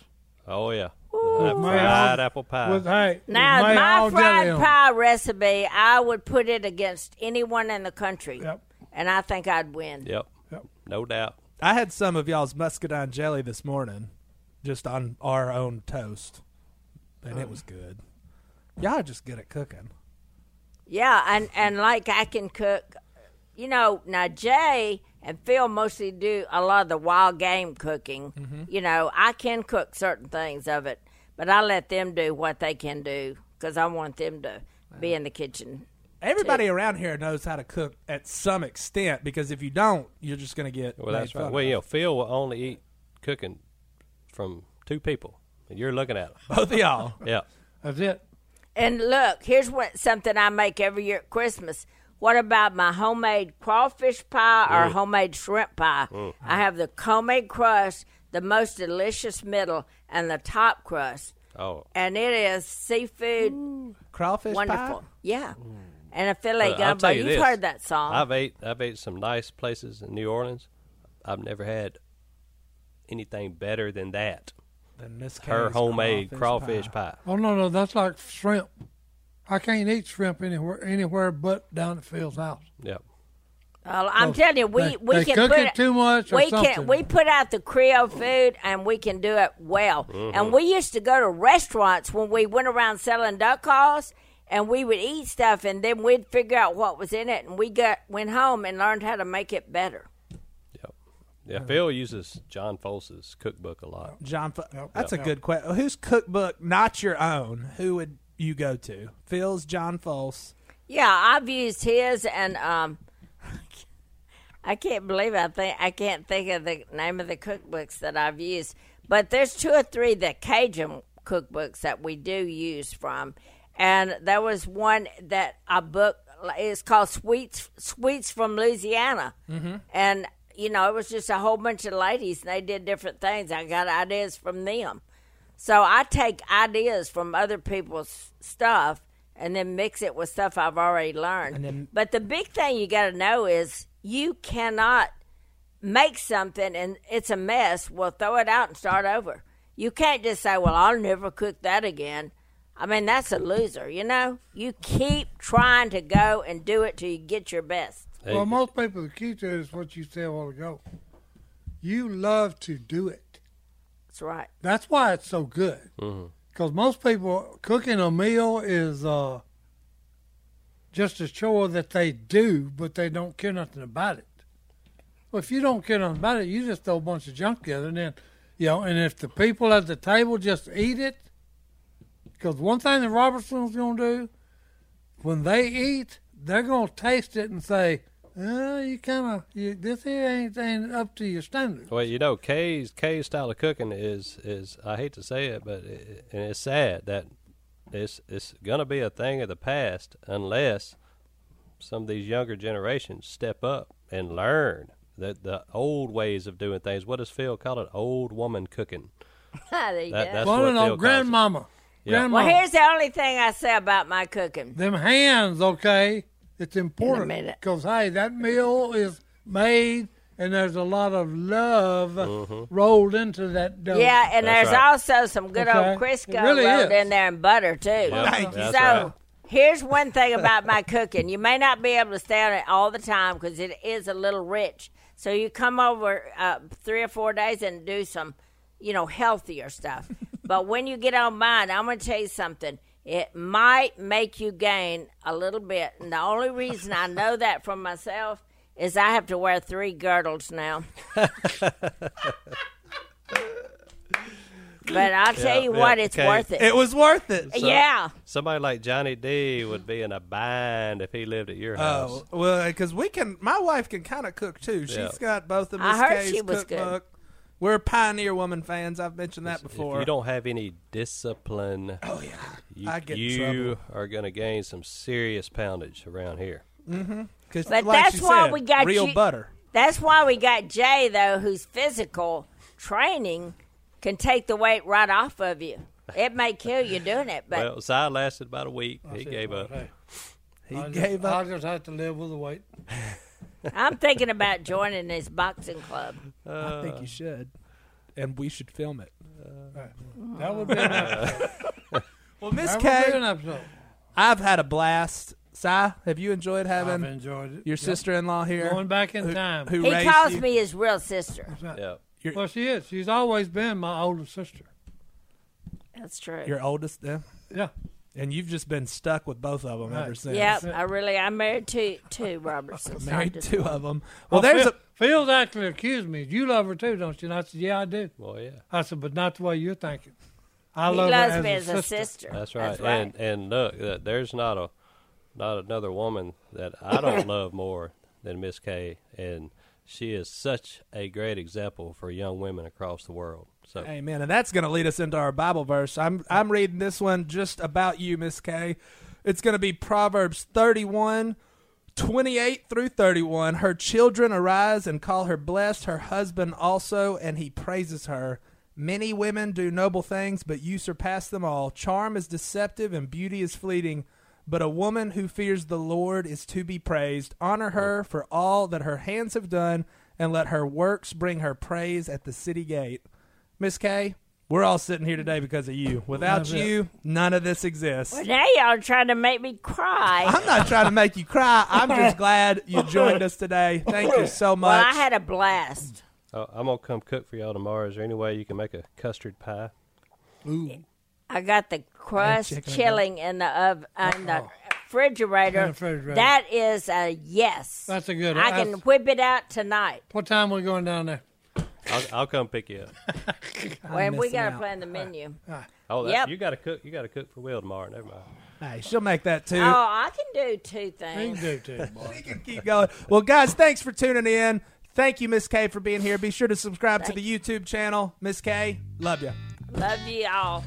Speaker 4: Oh yeah,
Speaker 3: Ooh.
Speaker 4: That
Speaker 2: My
Speaker 4: fried
Speaker 2: own-
Speaker 4: apple pie.
Speaker 2: With, hey,
Speaker 3: Now,
Speaker 2: with
Speaker 3: my
Speaker 2: mayo jelly
Speaker 3: fried
Speaker 2: on 'em.
Speaker 3: pie recipe, I would put it against anyone in the country,
Speaker 2: Yep.
Speaker 3: and I think I'd win.
Speaker 4: yep.
Speaker 2: Yep.
Speaker 4: no doubt.
Speaker 1: I had some of y'all's muscadine jelly this morning, just on our own toast, and
Speaker 2: Um.
Speaker 1: it was good. Y'all are just good at cooking.
Speaker 3: Yeah, and and like I can cook, you know. Now Jay and Phil mostly do a lot of the wild game cooking. You know, I can cook certain things of it, but I let them do what they can do because I want them to be in the kitchen.
Speaker 1: Everybody around here knows how to cook at some extent because if you don't, you're just going to get.
Speaker 4: Well, that's
Speaker 1: made fun
Speaker 4: right.
Speaker 1: of.
Speaker 4: Well, you know, Phil will only eat cooking from two people, and you're looking at him.
Speaker 1: Both of y'all.
Speaker 4: Yeah.
Speaker 2: That's it.
Speaker 3: And look, here's what something I make every year at Christmas. What about my homemade crawfish pie or homemade shrimp pie? I have the homemade crust, the most delicious middle, and the top crust,
Speaker 4: Oh,
Speaker 3: and it is seafood
Speaker 1: Crawfish
Speaker 3: wonderful.
Speaker 1: pie.
Speaker 3: Yeah, and a fillet
Speaker 4: Look, I'll
Speaker 3: gumbo.
Speaker 4: tell you
Speaker 3: You've
Speaker 4: this.
Speaker 3: heard that song.
Speaker 4: I've ate I've ate some nice places in New Orleans. I've never had anything better than that.
Speaker 1: Then Miss
Speaker 4: Her
Speaker 1: Kay's
Speaker 4: homemade crawfish, pie.
Speaker 2: Oh no, no, that's like shrimp. I can't eat shrimp anywhere, anywhere but down at Phil's house.
Speaker 4: Yep.
Speaker 3: Well, I'm telling you, we
Speaker 2: they-
Speaker 3: we
Speaker 2: they
Speaker 3: can
Speaker 2: cook
Speaker 3: put
Speaker 2: it too much or
Speaker 3: we
Speaker 2: something.
Speaker 3: can we put out the Creole food, and we can do it well. And we used to go to restaurants when we went around selling duck calls, and we would eat stuff, and then we'd figure out what was in it, and we got went home and learned how to make it better.
Speaker 4: Yep. Yeah, Phil uses John Folse's cookbook a lot.
Speaker 1: John, Fo- that's a good question. Whose cookbook, not your own, who would you go to? Phil's, John Foles.
Speaker 3: Yeah, I've used his, and um, I can't believe I think I can't think of the name of the cookbooks that I've used. But there's two or three the Cajun cookbooks that we do use from, and there was one that I booked. It's called Sweets Sweets from Louisiana, mm-hmm. and you know it was just a whole bunch of ladies, and they did different things. I got ideas from them. So I take ideas from other people's stuff and then mix it with stuff I've already learned. but the big thing you got to know is you cannot make something and it's a mess. Well, throw it out and start over. You can't just say, "Well, I'll never cook that again." I mean, that's a loser, you know. You keep trying to go and do it till you get your best.
Speaker 4: Hey,
Speaker 2: Well, most people, the key to it is what you said a while ago. You love to do it.
Speaker 3: That's right.
Speaker 2: That's why it's so good.
Speaker 4: Mm-hmm.
Speaker 2: Because most people cooking a meal is uh, just a chore that they do, but they don't care nothing about it. Well, if you don't care nothing about it, you just throw a bunch of junk together, and then you know. And if the people at the table just eat it, because one thing that Robertson's gonna do when they eat, they're gonna taste it and say, uh, "You kind of you, this here ain't, ain't up to your standard."
Speaker 4: Well, you know, Kay's Kay's style of cooking is is I hate to say it, but it, and it's sad that it's it's gonna be a thing of the past unless some of these younger generations step up and learn that the old ways of doing things. What does Phil call it? Old woman cooking.
Speaker 3: there you
Speaker 4: That-
Speaker 3: go.
Speaker 4: that's
Speaker 2: Well,
Speaker 4: what
Speaker 2: no, no,
Speaker 4: Phil calls it.
Speaker 2: grandmama.
Speaker 4: Yeah.
Speaker 2: Grandma.
Speaker 3: well, here's the only thing I say about my cooking.
Speaker 2: them hands, okay? It's important
Speaker 3: minute.
Speaker 2: because hey, that meal is made, and there's a lot of love
Speaker 4: Mm-hmm.
Speaker 2: rolled into that dough.
Speaker 3: Yeah, and
Speaker 4: That's
Speaker 3: there's
Speaker 4: right.
Speaker 3: also some good
Speaker 2: Okay.
Speaker 3: old Crisco
Speaker 2: It really is.
Speaker 3: rolled in there and butter too.
Speaker 4: Thank you.
Speaker 3: So
Speaker 4: That's right.
Speaker 3: here's one thing about my cooking: you may not be able to stay on it all the time because it is a little rich. So you come over uh, three or four days and do some, you know, healthier stuff. but when you get on mine, I'm gonna tell you something. It might make you gain a little bit, and the only reason I know that from myself is I have to wear three girdles now. But I'll tell
Speaker 4: Yeah,
Speaker 3: you
Speaker 4: yeah,
Speaker 3: what, it's
Speaker 4: okay.
Speaker 3: worth it.
Speaker 1: It was worth it.
Speaker 4: So-
Speaker 3: yeah.
Speaker 4: Somebody like Johnny D would be in a bind if he lived at your house.
Speaker 1: Oh well, because we can. My wife can kind of cook too. She's
Speaker 4: Yeah.
Speaker 1: got both of
Speaker 3: I
Speaker 1: Miss
Speaker 3: heard
Speaker 1: Kay's
Speaker 3: she was good.
Speaker 1: cookbook. We're Pioneer Woman fans. I've mentioned that before.
Speaker 4: If you don't have any discipline, oh yeah, you,
Speaker 1: I get in
Speaker 4: you are going to gain some serious poundage around here.
Speaker 1: 'Cause like
Speaker 3: But that's
Speaker 1: she
Speaker 3: why
Speaker 1: said,
Speaker 3: we got
Speaker 1: real
Speaker 3: you-
Speaker 1: butter.
Speaker 3: That's why we got Jay though, whose physical training can take the weight right off of you. It may kill you doing it, but
Speaker 4: Well, Si lasted about a week.
Speaker 1: Oh,
Speaker 4: he gave up.
Speaker 1: He
Speaker 2: I
Speaker 1: gave
Speaker 2: just,
Speaker 1: up.
Speaker 2: I just have to live with the weight.
Speaker 3: I'm thinking about joining this boxing club.
Speaker 1: I
Speaker 4: Uh,
Speaker 1: think you should, and we should film it.
Speaker 2: That would be an episode.
Speaker 1: Well, Miss
Speaker 2: That would be an
Speaker 1: Kay,
Speaker 2: episode.
Speaker 1: I've had a blast. Si, have you enjoyed
Speaker 2: I've
Speaker 1: having
Speaker 2: enjoyed it.
Speaker 1: your sister-in-law here?
Speaker 2: Going back in time.
Speaker 1: who
Speaker 3: He
Speaker 1: raised
Speaker 3: calls
Speaker 1: you?
Speaker 3: me his real sister.
Speaker 4: Yeah.
Speaker 2: Well, she is. She's always been my older sister.
Speaker 3: That's true.
Speaker 1: your oldest, yeah.
Speaker 2: Yeah.
Speaker 1: and you've just been stuck with both of them ever
Speaker 2: Right.
Speaker 1: since.
Speaker 3: Yep, I really I'm married to two Robertsons. not
Speaker 1: married
Speaker 3: just
Speaker 1: two
Speaker 3: one.
Speaker 1: of them. Well, there's
Speaker 2: Phil,
Speaker 1: a
Speaker 2: Phil's actually accused me. You love her too, don't you? And I said, Yeah, I do.
Speaker 4: Well, yeah.
Speaker 2: I said, But not the way you're thinking. I
Speaker 3: He
Speaker 2: love
Speaker 3: loves
Speaker 2: her as
Speaker 3: me
Speaker 2: a
Speaker 3: as a
Speaker 2: sister.
Speaker 3: sister.
Speaker 4: That's right. And and look, uh, there's not a not another woman that I don't love more than Miss Kay, and she is such a great example for young women across the world. So
Speaker 1: Amen. And that's going to lead us into our Bible verse. I'm I'm reading this one just about you, Miss Kay. It's going to be Proverbs 31 28 through 31. Her children arise and call her blessed, her husband also, and he praises her. Many women do noble things, but you surpass them all. Charm is deceptive and beauty is fleeting, but a woman who fears the Lord is to be praised. Honor her for all that her hands have done, and let her works bring her praise at the city gate. Miss Kay, we're all sitting here today because of you. Without you, none of this exists.
Speaker 3: Now y'all trying to make me cry.
Speaker 1: I'm not trying to make you cry. I'm just glad you joined us today. Thank you so much.
Speaker 3: Well, I had a blast.
Speaker 4: uh, I'm gonna come cook for y'all tomorrow. Is there any way you can make a custard pie?
Speaker 3: I got the crust
Speaker 1: chicken and
Speaker 3: chilling in the oven in the refrigerator.
Speaker 2: In the refrigerator.
Speaker 3: That is a yes.
Speaker 2: That's a good-
Speaker 3: I can
Speaker 2: that's-
Speaker 3: whip it out tonight.
Speaker 2: What time we going down there?
Speaker 4: I'll, I'll come pick you up.
Speaker 3: When we
Speaker 1: missing
Speaker 3: gotta
Speaker 1: out.
Speaker 2: Uh,
Speaker 3: plan the menu.
Speaker 4: Oh, that,
Speaker 3: Yep.
Speaker 4: you gotta cook. You gotta cook for Will tomorrow. Never mind.
Speaker 1: Hey, she'll make that too.
Speaker 3: Oh, I can do two
Speaker 2: You
Speaker 3: things.
Speaker 2: can do too, boy.
Speaker 1: Keep going. Well, guys, thanks for tuning in. Thank you, Miss Kay, for being here. Be sure to subscribe to the YouTube channel. Miss Kay, love you.
Speaker 3: Love you all.